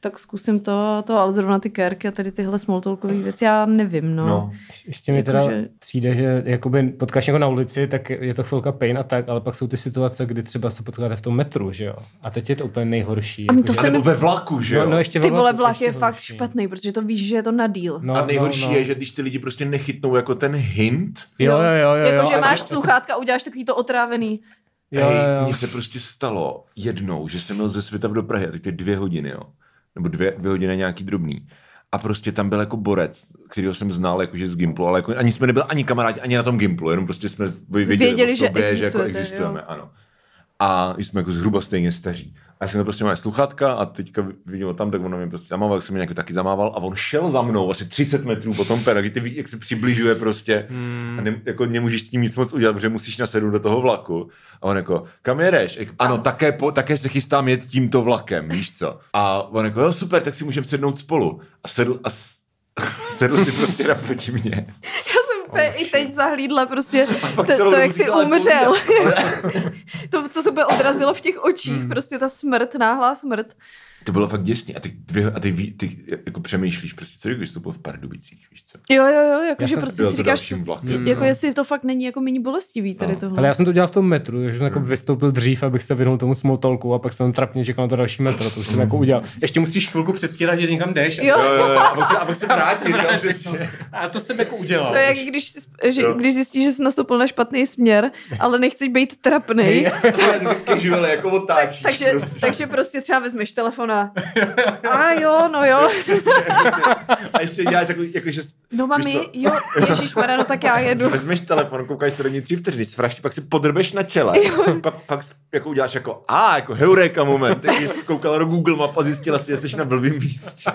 tak zkusím to, a to, ale zrovna ty kérky a tady tyhle smalltalkové věci, já nevím, no.
No.
Ještě mi teda
Jakože-
přijde, že jakoby potkáš někoho na ulici, tak je to chvilka pain a tak, ale pak jsou ty situace, kdy třeba se potkáte v tom metru, že jo? A teď je to úplně nejhorší.
A my to
jakože-
A
se
nebo
mi-
ve vlaku, že jo?
no, no, ještě ve
Ty vole,
vlaku,
vlak
ještě
je fakt
horší.
špatný, protože to víš, že je to na díl.
No,
a nejhorší
no, no.
je, že když ty lidi prostě nechytnou jako ten hint,
Jo, jo, jo, jo.
Jakože
jo,
Jako, máš
a-
sluchátka, uděláš takový to otrávený.
Jo,
Hej,
jo, jo.
mně se prostě stalo jednou, že jsem měl ze světa do Prahy, a teď to je dvě hodiny, jo. Nebo dvě, dvě hodiny nějaký drobný. A prostě tam byl jako borec, kterýho jsem znal jakože z Gimplu, ale jako, ani jsme nebyli ani kamarádi, ani na tom Gimplu, jenom prostě jsme věděli,
Věděli,
o
že
sobě, že, jako
existujete,
existujeme,
jo.
ano. A jsme jako zhruba stejně staří. A já jsem to prostě měl sluchátka a teďka viděl tam, tak on na mě prostě zamával, tak jsem mě nějak taky zamával a on šel za mnou asi 30 metrů po tom peru, ty víš, jak se přibližuje prostě a ne, jako nemůžeš s tím nic moc udělat, protože musíš nasednout do toho vlaku. A on jako, kam jedeš? Jak, ano, také, po, také se chystám jet tímto vlakem, víš co? A on jako, jo super, tak si můžeme sednout spolu. A sedl, a s- sedl si prostě naproti mě.
Já jsem úplně i teď zahlídla prostě
Oh, pak
to,
celou
to
dobu
jak
si
jsi
dělala
umřel. to, to se úplně odrazilo v těch očích,
Hmm.
prostě ta smrt, náhlá smrt.
To bylo fakt děsně. A ty, dvě, a ty, ví- ty jako přemýšlíš prostě, co když to bylo v Pardubicích, víš co?
Jo, jo, jo, jakože
jsem
prostě
Byl
si
to
říkáš,
dalším vlakem.
jako jestli to fakt není jako méně bolestivý tady
No.
tohle.
Ale já jsem to dělal v tom metru, že jsem jako vystoupil dřív, abych se vyhnul tomu smoltolku a pak jsem trapně čekal na to další metro, to už jsem jako udělal. Ještě musíš chvilku přestírat, že někam jdeš.
Jo.
Jo, jo, jo, a pak se, a pak se vrátit, jo, přesně.
A to jsem jako udělal.
To je jak když, si- že,
Jo.
když zjistíš, že jsi nastoupil na špatný směr, ale nechceš být trapnej,
Tohle to se casual jako otáčíš.
takže,
prostě.
takže prostě třeba vezmeš telefon a a jo, no jo.
A ještě děláš takový, jakože
No
Víš
mami,
co?
jo, ježíš no tak já jedu.
si vezmeš telefon, koukáš se do ní tři vteřiny, svraš, pak si podrbeš na čele. pak, pak s- jako uděláš jako, a jako heureka moment, takže jsi koukala do Google map a zjistila si, že jsi na blbým místě.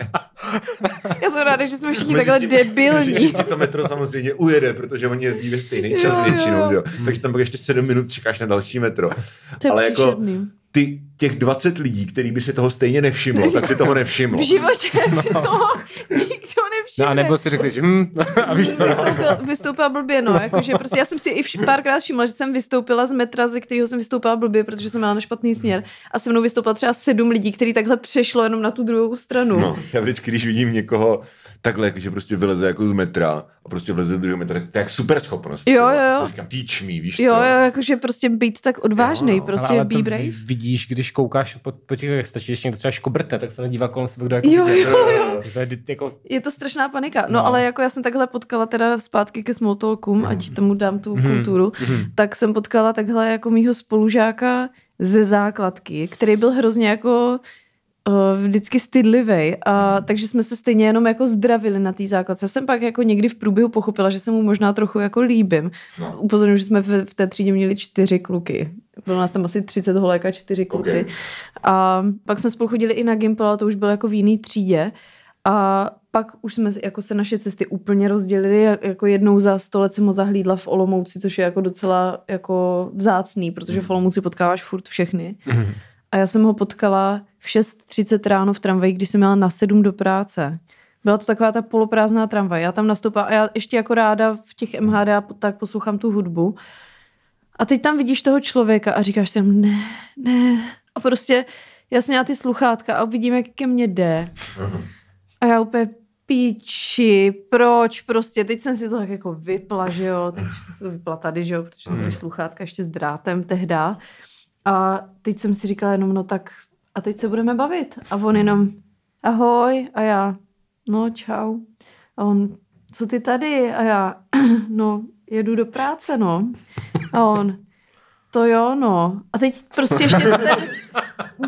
Já jsem ráda, že jsme všichni
Mezi
takhle
tím-
debilní.
mezi tím ti to metro samozřejmě ujede, protože oni jezdí ve stejný čas
Jo, jo,
většinou,
jo.
jo. Takže tam pak ještě sedm minut čekáš na další metro.
To je
Ale jako
příšerný.
ty, těch 20 lidí, který by si toho stejně nevšimlo, tak si toho nevšimlo.
V životě si
No.
toho nikdo
No
nevšimne.
a nebo si řekli, že hm, a víš co,
Vystoupila, vystoupila blbě, no. Jakože prostě já jsem si i vš- párkrát všimla, že jsem vystoupila z metra, ze kterého jsem vystoupila blbě, protože jsem měla na špatný směr. A se mnou vystoupila třeba sedm lidí, který takhle přešlo jenom na tu druhou stranu.
No. Já vždycky, když vidím někoho takhle, že prostě vyleze jako z metra a prostě vleze do druhého metra, to je jak super schopnost.
Jo,
ty vole.
jo, jo.
Říkám, teach me, víš
Jo,
co?
jo, jakože prostě být tak odvážný,
Jo, no.
prostě
ale, ale
be
to
brave.
vidíš, když koukáš po, po těch jak stačí, když někdo třeba škobrtne, tak se nedívá kolem sebe, kdo jako
Jo,
viděl.
jo,
Že to je vždy jako
Je to strašná panika. No,
No.
no ale jako já jsem takhle potkala teda zpátky ke smalltalkům, ať tomu dám tu
Mhm.
kulturu, tak jsem potkala takhle jako mýho spolužáka, ze základky, který byl hrozně jako uh, vždycky stydlivý,
Mhm.
a takže jsme se stejně jenom jako zdravili na té základce. Já jsem pak jako někdy v průběhu pochopila, že se mu možná trochu jako líbím.
No.
Upozorňuji, že jsme v, v té třídě měli čtyři kluky. Bylo nás tam asi 30 holek a čtyři kluci.
Ok.
A pak jsme spolu chodili i na Gimple, ale to už bylo jako v jiný třídě. A pak už jsme si- jako se naše cesty úplně rozdělily, jak- jako jednou za sto let jsem ho zahlídla v Olomouci, což je jako docela jako vzácný, protože v Olomouci potkáváš furt všechny.
Mhm.
A já jsem ho potkala v 6.30 ráno v tramvaji, když jsem měla na 7 do práce. Byla to taková ta poloprázdná tramvaj. Já tam nastoupila a já ještě jako ráda v těch MHD po- tak poslouchám tu hudbu. A teď tam vidíš toho člověka a říkáš si, jenom, ne, ne. A prostě já jsem měla ty sluchátka a vidím, jak ke mně jde. A já úplně píči, proč prostě, teď jsem si to tak jako vypla, že jo, teď jsem si to vypla tady, že jo, protože to byly sluchátka ještě s drátem tehda. A teď jsem si říkala jenom, no tak a teď se budeme bavit. A on jenom, ahoj, a já, no čau. A on, co ty tady? A já, no, jedu do práce, no. A on, to jo, no. A teď prostě ještě ten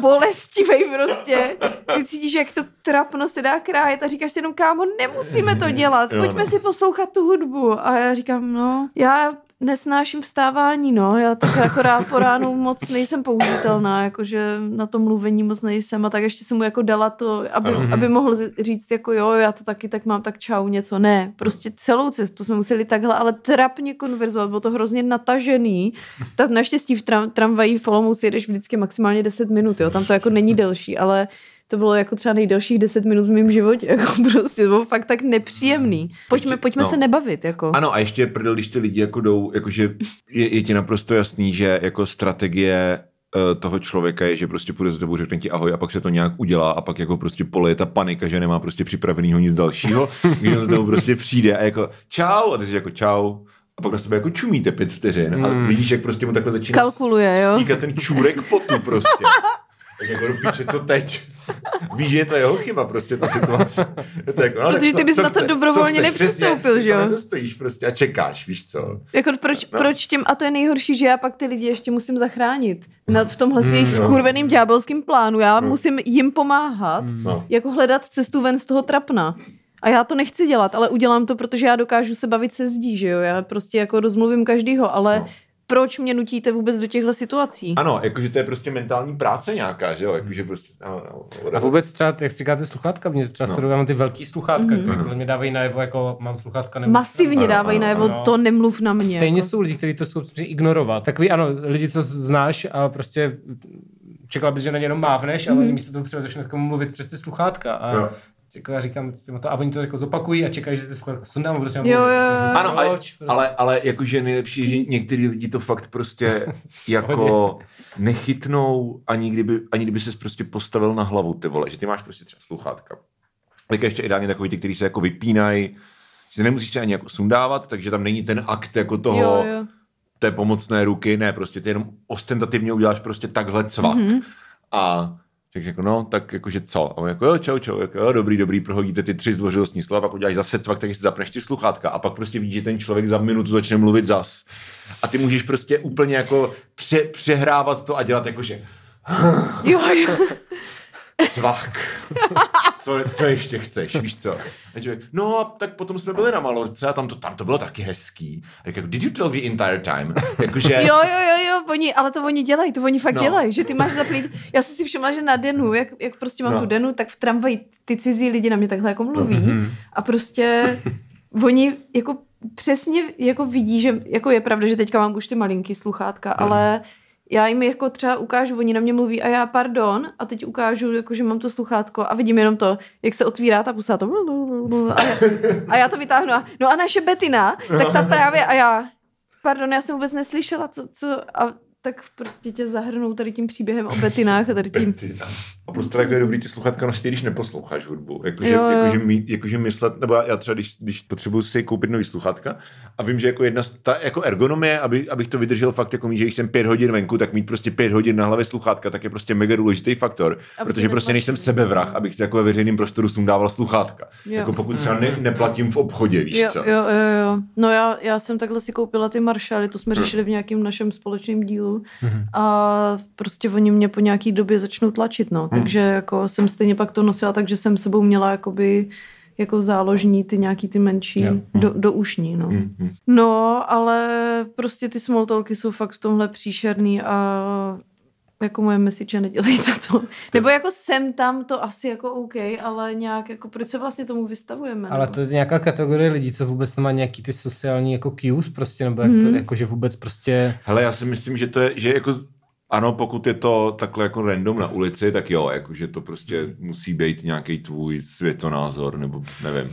bolestivý prostě. Ty cítíš, jak to trapno se dá krájet a říkáš si jenom, kámo, nemusíme to dělat,
Jo, no.
pojďme si poslouchat tu hudbu. A já říkám, no, já nesnáším vstávání, no, já tak jako rád po ránu moc nejsem použitelná, jakože na to mluvení moc nejsem a tak ještě jsem mu jako dala to, aby,
Ano.
aby mohl z- říct jako jo, já to taky tak mám, tak čau, něco, ne, prostě celou cestu jsme museli takhle, ale trapně konverzovat, bylo to hrozně natažený, tak naštěstí v tram, tramvají v Olomouci jedeš vždycky maximálně 10 minut, jo, tam to jako není delší, ale to bylo jako třeba nejdelších 10 minut v mém životě, jako prostě, to bylo fakt tak nepříjemný. Pojďme,
Ještě-
pojďme
no.
se nebavit, jako.
Ano, a ještě je prdel, když ty lidi jako jdou, jakože je, je ti naprosto jasný, že jako strategie eh, toho člověka je, že prostě půjde za tebou, řekne ti ahoj a pak se to nějak udělá a pak jako prostě poleje ta panika, že nemá prostě připravenýho nic dalšího, když on za tebou prostě přijde a jako čau a ty jsi jako čau a pak na sebe jako čumíte pět vteřin a vidíš, jak prostě mu takhle začíná
Hmm. Kalkuluje, jo.
stíkat ten čůrek potu prostě. Tak jako do piče, co teď? Víš, že je to jeho chyba prostě ta situace. Je to jako, no, tak
Protože
co-
ty bys
co
na to
chce- co
dobrovolně
chceš, přesně,
nepřistoupil,
ty
že jo?
tam jako stojíš prostě a čekáš, víš co?
Jako proč, no. proč těm, a to je nejhorší, že já pak ty lidi ještě musím zachránit. Na, v tomhle s jejich skurveným ďábelským plánu. Já musím jim pomáhat,
No.
jako hledat cestu ven z toho trapna. A já to nechci dělat, ale udělám to, protože já dokážu se bavit se zdí, že jo? Já prostě jako rozmluvím každýho, ale
No.
no. proč mě nutíte vůbec do těchto situací?
Ano, jakože to je prostě mentální práce nějaká, že jo? Jakože prostě... No, no,
A
whatever.
vůbec třeba, jak si říkáte, sluchátka, mě třeba
No.
no. mám ty velký sluchátka, mm-hmm. které podle mě dávají najevo, jako mám sluchátka nebo...
Mhm. Masivně dávají
ano,
najevo,
ano.
to nemluv na mě.
Stejně
jako.
jsou lidi, kteří to jsou schopni ignorovat. Takový, ano, lidi, co znáš a prostě čekala bys, že na ně jenom mávneš, ale
Mhm.
oni místo toho třeba začne takovému mluvit přes ty sluchátka. A
Jo.
jako já říkám, těm to, a oni to jako zopakují a čekají, že ty sluchátka sundám, a prostě
Jo,
mluvím.
jo, jo.
Prostě,
Ano, ale,
proč? Prostě.
ale, ale jakože nejlepší je, že některý lidi to fakt prostě jako nechytnou, ani kdyby, ani kdyby ses prostě postavil na hlavu, ty vole, že ty máš prostě třeba sluchátka. Tak ještě ideálně takový ty, který se jako vypínají, že nemusíš se ani jako sundávat, takže tam není ten akt jako toho,
Jo, jo.
té pomocné ruky, ne, prostě ty jenom ostentativně uděláš prostě takhle cvak. Mm-hmm. A řekneš jako, no, tak jakože co? A on jako, jo, čau, čau, jako, jo, dobrý, dobrý, prohodíte ty tři zdvořilostní slova, pak uděláš zase cvak, tak si zapneš ty sluchátka a pak prostě vidíš, že ten člověk za minutu začne mluvit zas. A ty můžeš prostě úplně jako pře- přehrávat to a dělat jakože
Jo, jo.
cvak. Co, co ještě chceš, víš co? A člověk, no a tak potom jsme byli na Malorce a tam to, tam to bylo taky hezký. A jako, did you tell the entire time? Jakože,
Jo, jo, jo, jo, oni, ale to oni dělají, to oni fakt
No.
no. dělají, že ty máš zaplít. Já jsem si všimla, že na denu, jak, jak prostě mám
No.
no. tu denu, tak v tramvaji ty cizí lidi na mě takhle jako mluví a prostě oni jako přesně jako vidí, že jako je pravda, že teďka mám už ty malinký sluchátka,
No.
ale já jim jako třeba ukážu, oni na mě mluví a já pardon a teď ukážu, jako, že mám to sluchátko a vidím jenom to, jak se otvírá ta pusa, to blablabla, a já, a já to vytáhnu a no a naše Betina, tak ta právě a já, pardon, já jsem vůbec neslyšela, co, co a tak prostě tě zahrnou tady tím příběhem o Betinách a tady tím.
Ty, no. A prostě takhle je dobrý ty sluchátka nosit, i když neposloucháš hudbu. Jakože,
Jo, jo.
jakože, mít- jakože myslet, nebo já já třeba, když, když potřebuji si koupit nový sluchátka a vím, že jako jedna, z- ta jako ergonomie, aby, abych to vydržel fakt jako mít, že když jsem pět hodin venku, tak mít prostě pět hodin na hlavě sluchátka, tak je prostě mega důležitý faktor,
Aby
protože
tě
prostě nejsem
netlačili.
sebevrah, abych si jako ve veřejném prostoru sundával sluchátka.
Jo.
Jako pokud třeba ne, neplatím v obchodě, víš
Jo,
co. Hm.
jo, jo, jo. No já, já jsem takhle si koupila ty maršály, to jsme řešili v nějakém našem společném dílu koncertů
Mhm.
a prostě oni mě po nějaký době začnou tlačit, no.
Hm.
Takže jako jsem stejně pak to nosila, takže jsem sebou měla jakoby jako záložní ty nějaký ty menší
Jo.
do, do ušní, no.
Hm,
No, ale prostě ty smoltolky jsou fakt v tomhle příšerný a jako moje message nedělejte to. Nebo jako jsem tam, to asi jako OK, ale nějak jako proč se vlastně tomu vystavujeme?
Ale
no?
to je nějaká kategorie lidí, co vůbec nemá nějaký ty sociální jako cues prostě, nebo jak to,
Mhm.
jako že vůbec prostě...
Hele, já si myslím, že to je, že jako, ano, pokud je to takhle jako random na ulici, tak jo, jako, že to prostě musí být nějaký tvůj světonázor, nebo nevím.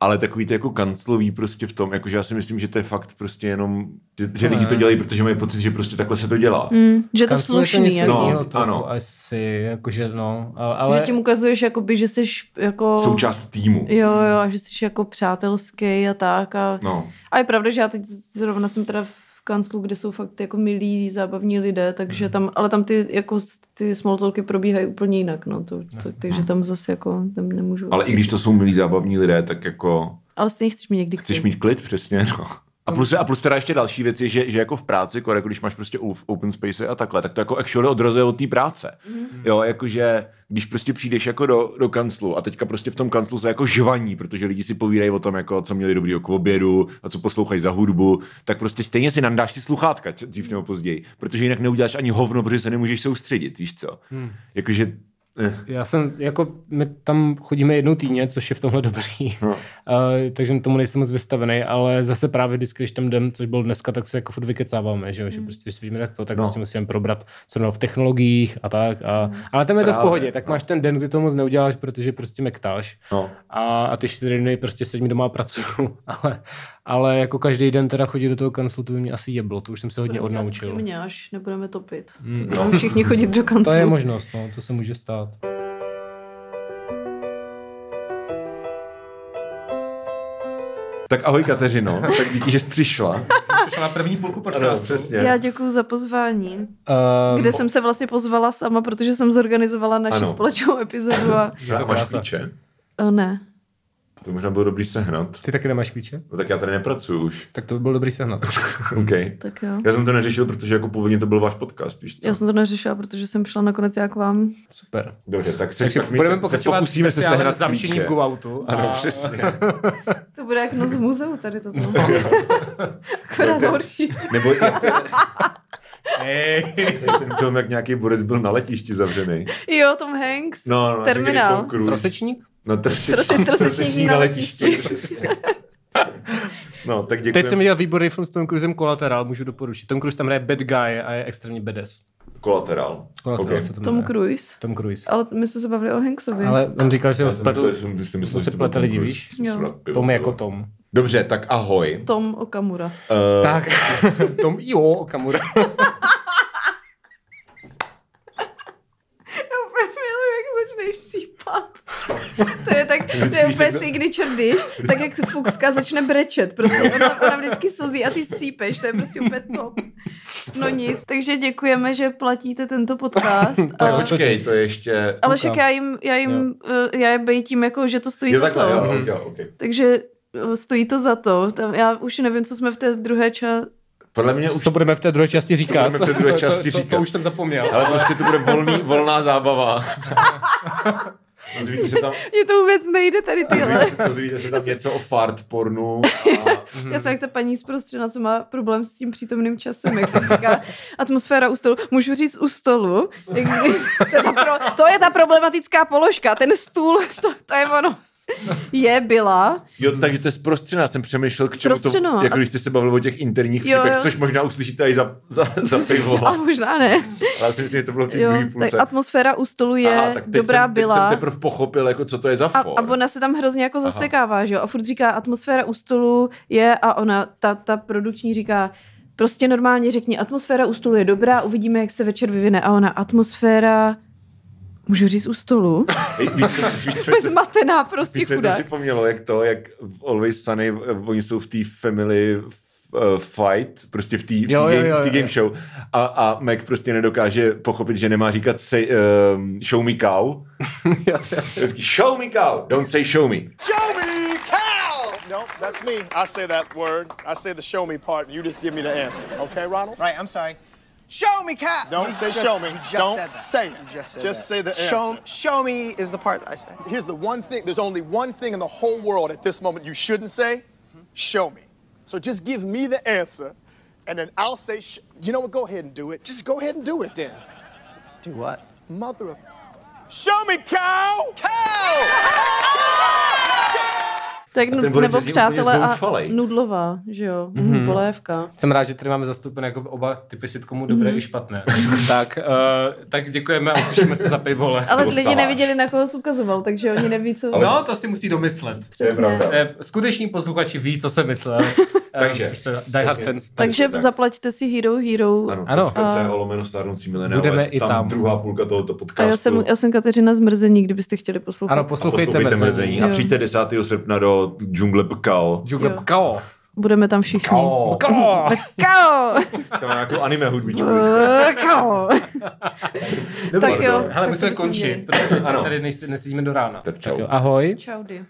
Ale takový ty jako kanclový prostě v tom, jakože já si myslím, že to je fakt prostě jenom, že, že lidi to dělají, protože mají pocit, že prostě takhle se to dělá.
Mm, že to
Kanclu je
slušný,
něco
jako,
No,
jiného trochu
ano.
Asi, jakože no, a-
ale...
ale...
že tím ukazuješ, jakoby, že jsi jako...
Součást týmu.
Jo, jo, a že jsi jako přátelský a tak. A,
No,
a je pravda, že já teď zrovna jsem teda v kanclu, kde jsou fakt jako milí, zábavní lidé,
Mhm.
takže tam, ale tam ty, jako, s- ty smoltolky probíhají úplně jinak, no, to, to, takže tam zase jako, tam nemůžu.
ale i když to jsou milí zábavní lidé, tak jako
ale stejně chceš mít někdy
Chceš
klid.
mít klid, přesně, no. A plus, a plus teda ještě další věc je, že, že jako v práci, kor, jako když máš prostě o- v open space a takhle, tak to jako actually odrazuje od té práce. Jo, jakože když prostě přijdeš jako do, do kanclu a teďka prostě v tom kanclu se jako žvaní, protože lidi si povídají o tom, jako co měli dobrý k obědu a co poslouchají za hudbu, tak prostě stejně si nandáš ty sluchátka č- dřív nebo později, protože jinak neuděláš ani hovno, protože se nemůžeš soustředit, víš co. Jakože eh,
Já jsem, jako, my tam chodíme jednou týdně, což je v tomhle dobrý, no. uh, takže tomu nejsem moc vystavený, ale zase právě vždycky, když tam jdem, což bylo dneska, tak se jako furt vykecáváme, že jo, že prostě, když si vidíme tak to, tak no. prostě musíme probrat, co no v technologiích a tak, a, ale tam je to v
Právě,
pohodě, tak máš ten den, kdy to moc neuděláš, protože prostě mektáš
No.
a, a ty čtyři dny prostě sedím doma a pracuju, ale, ale jako každý den teda chodit do toho kanclu, to by mě asi jeblo, to už jsem se hodně odnaučil.
Mě až nebudeme topit. Mm, no. Všichni chodit do kanclu.
To je možnost, no, to se může stát.
tak ahoj Kateřino, tak díky, že jsi přišla.
Což má první půlku
Ano, přesně.
Já děkuji za pozvání.
Uh,
Kde jsem se vlastně pozvala sama, protože jsem zorganizovala naši
Ano.
ano. společnou epizodu a
Je to
máš
krása.
klíče?
o, ne.
To možná bylo dobrý sehnat.
Ty taky nemáš klíče?
No tak já tady nepracuju už.
Tak to by byl dobrý sehnat.
OK.
Tak jo.
Já jsem to neřešil, protože jako původně to byl váš podcast, víš co?
Já jsem to neřešila, protože jsem šla nakonec jak vám.
Super.
Dobře, tak se,
Takže
tak my
budeme
se
pokračovat
pokusíme se
speciálem
sehnat
zamčení
klíče.
v go-outu.
Ano, přesně.
To bude jak noc v muzeu tady toto. Akorát
Dobře.
horší.
Nebo jak ten,
Hej.
jak ten film, jak nějaký borec byl na letišti zavřený.
Jo, Tom Hanks.
No, no, no,
Terminál.
Tom Cruise.
Trosečník?
No,
Trose-
trosečník,
trosečník na letišti.
přesně. No, tak děkuji.
Teď jsem viděl výborný film s Tom Cruisem Collateral, můžu doporučit. Tom Cruise tam hraje bad guy a je extrémně badass.
Kolaterál.
Collateral
Ok.
se to
Tom
jmenuje.
Cruise.
Tom Cruise.
Ale my jsme se bavili o Hanksovi.
Ale on říkal, že ho
Já jsem
spletl.
myslel, jsem si myslel,
On se
že to byl
plete
Tom
lidi,
Cruise.
víš?
Jsem si rád pivo
Tom jako
pil.
Tom.
Dobře, tak ahoj.
Tom Okamura.
Eh,
Tak, Tom, jo, kamura.
Já úplně miluji, jak začneš sípat. To je tak, to je
Vždycky,
úplně
když někdo-
signature dish, tak jak Fuxka začne brečet, prostě ona, ona vždycky slzí a ty sípeš, to je prostě úplně top. No nic, takže děkujeme, že platíte tento podcast.
To je
a-
Počkej, to je ještě...
Ale však já jim, já jim, eh, já je bejtím, jako, že to stojí
Jo,
za to. Mhm.
takhle, jo, jo, ok.
Takže eh, stojí to za to. Tam, já už nevím, co jsme v té druhé části.
Podle mě už
Co budeme v té druhé časti říkat?
budeme v té druhé
To- to-
části
to- To
říkat.
už jsem zapomněl.
Ale prostě to bude volný, volná zábava. Dozvíte se tam,
Mně to vůbec nejde tady tyhle.
dozvíte, se- dozvíte se
Prostě-
tam něco o fart pornu. A,
Já jsem jak ta paní z prostřena, co má problém s tím přítomným časem, jak fakt říká atmosféra u stolu. Můžu říct u stolu? Jak- To je ta, pro, to je ta problematická položka, ten stůl, to, to je ono. Je, byla.
jo, takže to je zprostřená. Jsem přemýšlel, k čemu
Zprostřená.
to... Jako když jste se bavili o těch interních
Jo,
vtipech,
jo.
což možná uslyšíte i za, za, za pivo.
Ale možná ne.
Ale já si myslím, že to bylo v těch
Jo,
druhý
tak
půlce.
atmosféra u stolu je
Aha, tak teď
dobrá
jsem,
byla.
Teď jsem teprve pochopil, jako, co to je za
A,
for.
a ona se tam hrozně jako zasekává, že jo? A furt říká, atmosféra u stolu je, a ona, ta, ta produční říká, prostě normálně řekni, atmosféra u stolu je dobrá, uvidíme, jak se večer vyvine. A ona, atmosféra, můžu říct u stolu?
Hej, víš, co, víš, co,
Úplně zmatená prostě
Víš, co mi to
chudák.
připomnělo, jak to, jak v Always Sunny, eh, oni jsou v té family eh, fight, prostě v té v té
Jo, jo,
game,
jo,
v té
jo.
game show. A, a Mac prostě nedokáže pochopit, že nemá říkat say, um, show me cow. Vždycky, show me cow, don't say show me.
Show me cow! No, that's me. I say that word. I say the show me part, and you just give me the answer. Okay, Ronald?
Right, I'm sorry. Show me, Cap.
Don't
You
say
just-
show me.
you just
Don't
said that.
say it.
You just said
Just
that.
say the
show,
answer.
Show me is the part I said.
Here's the one thing, there's only one thing in the whole world at this moment you shouldn't say show me. So just give me the answer, and then I'll say, sh- you know what, go ahead and do it. Just go ahead and do it then.
Do what?
Mother of. Show me, cow!
Tak
ten
nu,
bude
nebo
s ním
přátelé
úplně
a
zoufalej. Mhm.
nudlová, že jo, mm-hmm. polévka.
Jsem rád, že tady máme zastoupené jako oba typy sitcomů, dobré
Mhm.
mm. i špatné. tak, uh, tak děkujeme a uslyšíme se za pivole.
Ale
Nebo
lidi
salaš.
neviděli, na koho jsi ukazoval, takže oni neví, co...
No, to si musí domyslet.
To je pravda.
Eh, Skuteční posluchači ví, co jsem myslel. Eh,
Takže.
už to Die Hard
Přesně.
fans.
Takže
tak.
zaplaťte si Hero Hero.
Ano,
Ano.
ano. lomeno stárnoucí mileniál,
Budeme
ale
i
tam,
tam.
druhá půlka tohoto
A
podcastu.
já jsem, já jsem Kateřina Zmrzení, kdybyste chtěli poslouchat.
Ano,
A
poslouchejte
poslouchejte mezení. A
Jo.
přijďte 10. srpna do džungle Pkao.
Džungle
Jo.
Pkao.
Budeme tam všichni.
Pkao.
Pkao.
Kao!
Tam má nějakou jako anime hudbičku.
Kao!
Dobrý.
Tak jo.
Hele,
tak to
musíme
bychom měli.
končit, protože
Ano.
tady než- nesedíme do rána.
Tak čau.
jo, ahoj.
Čaudy.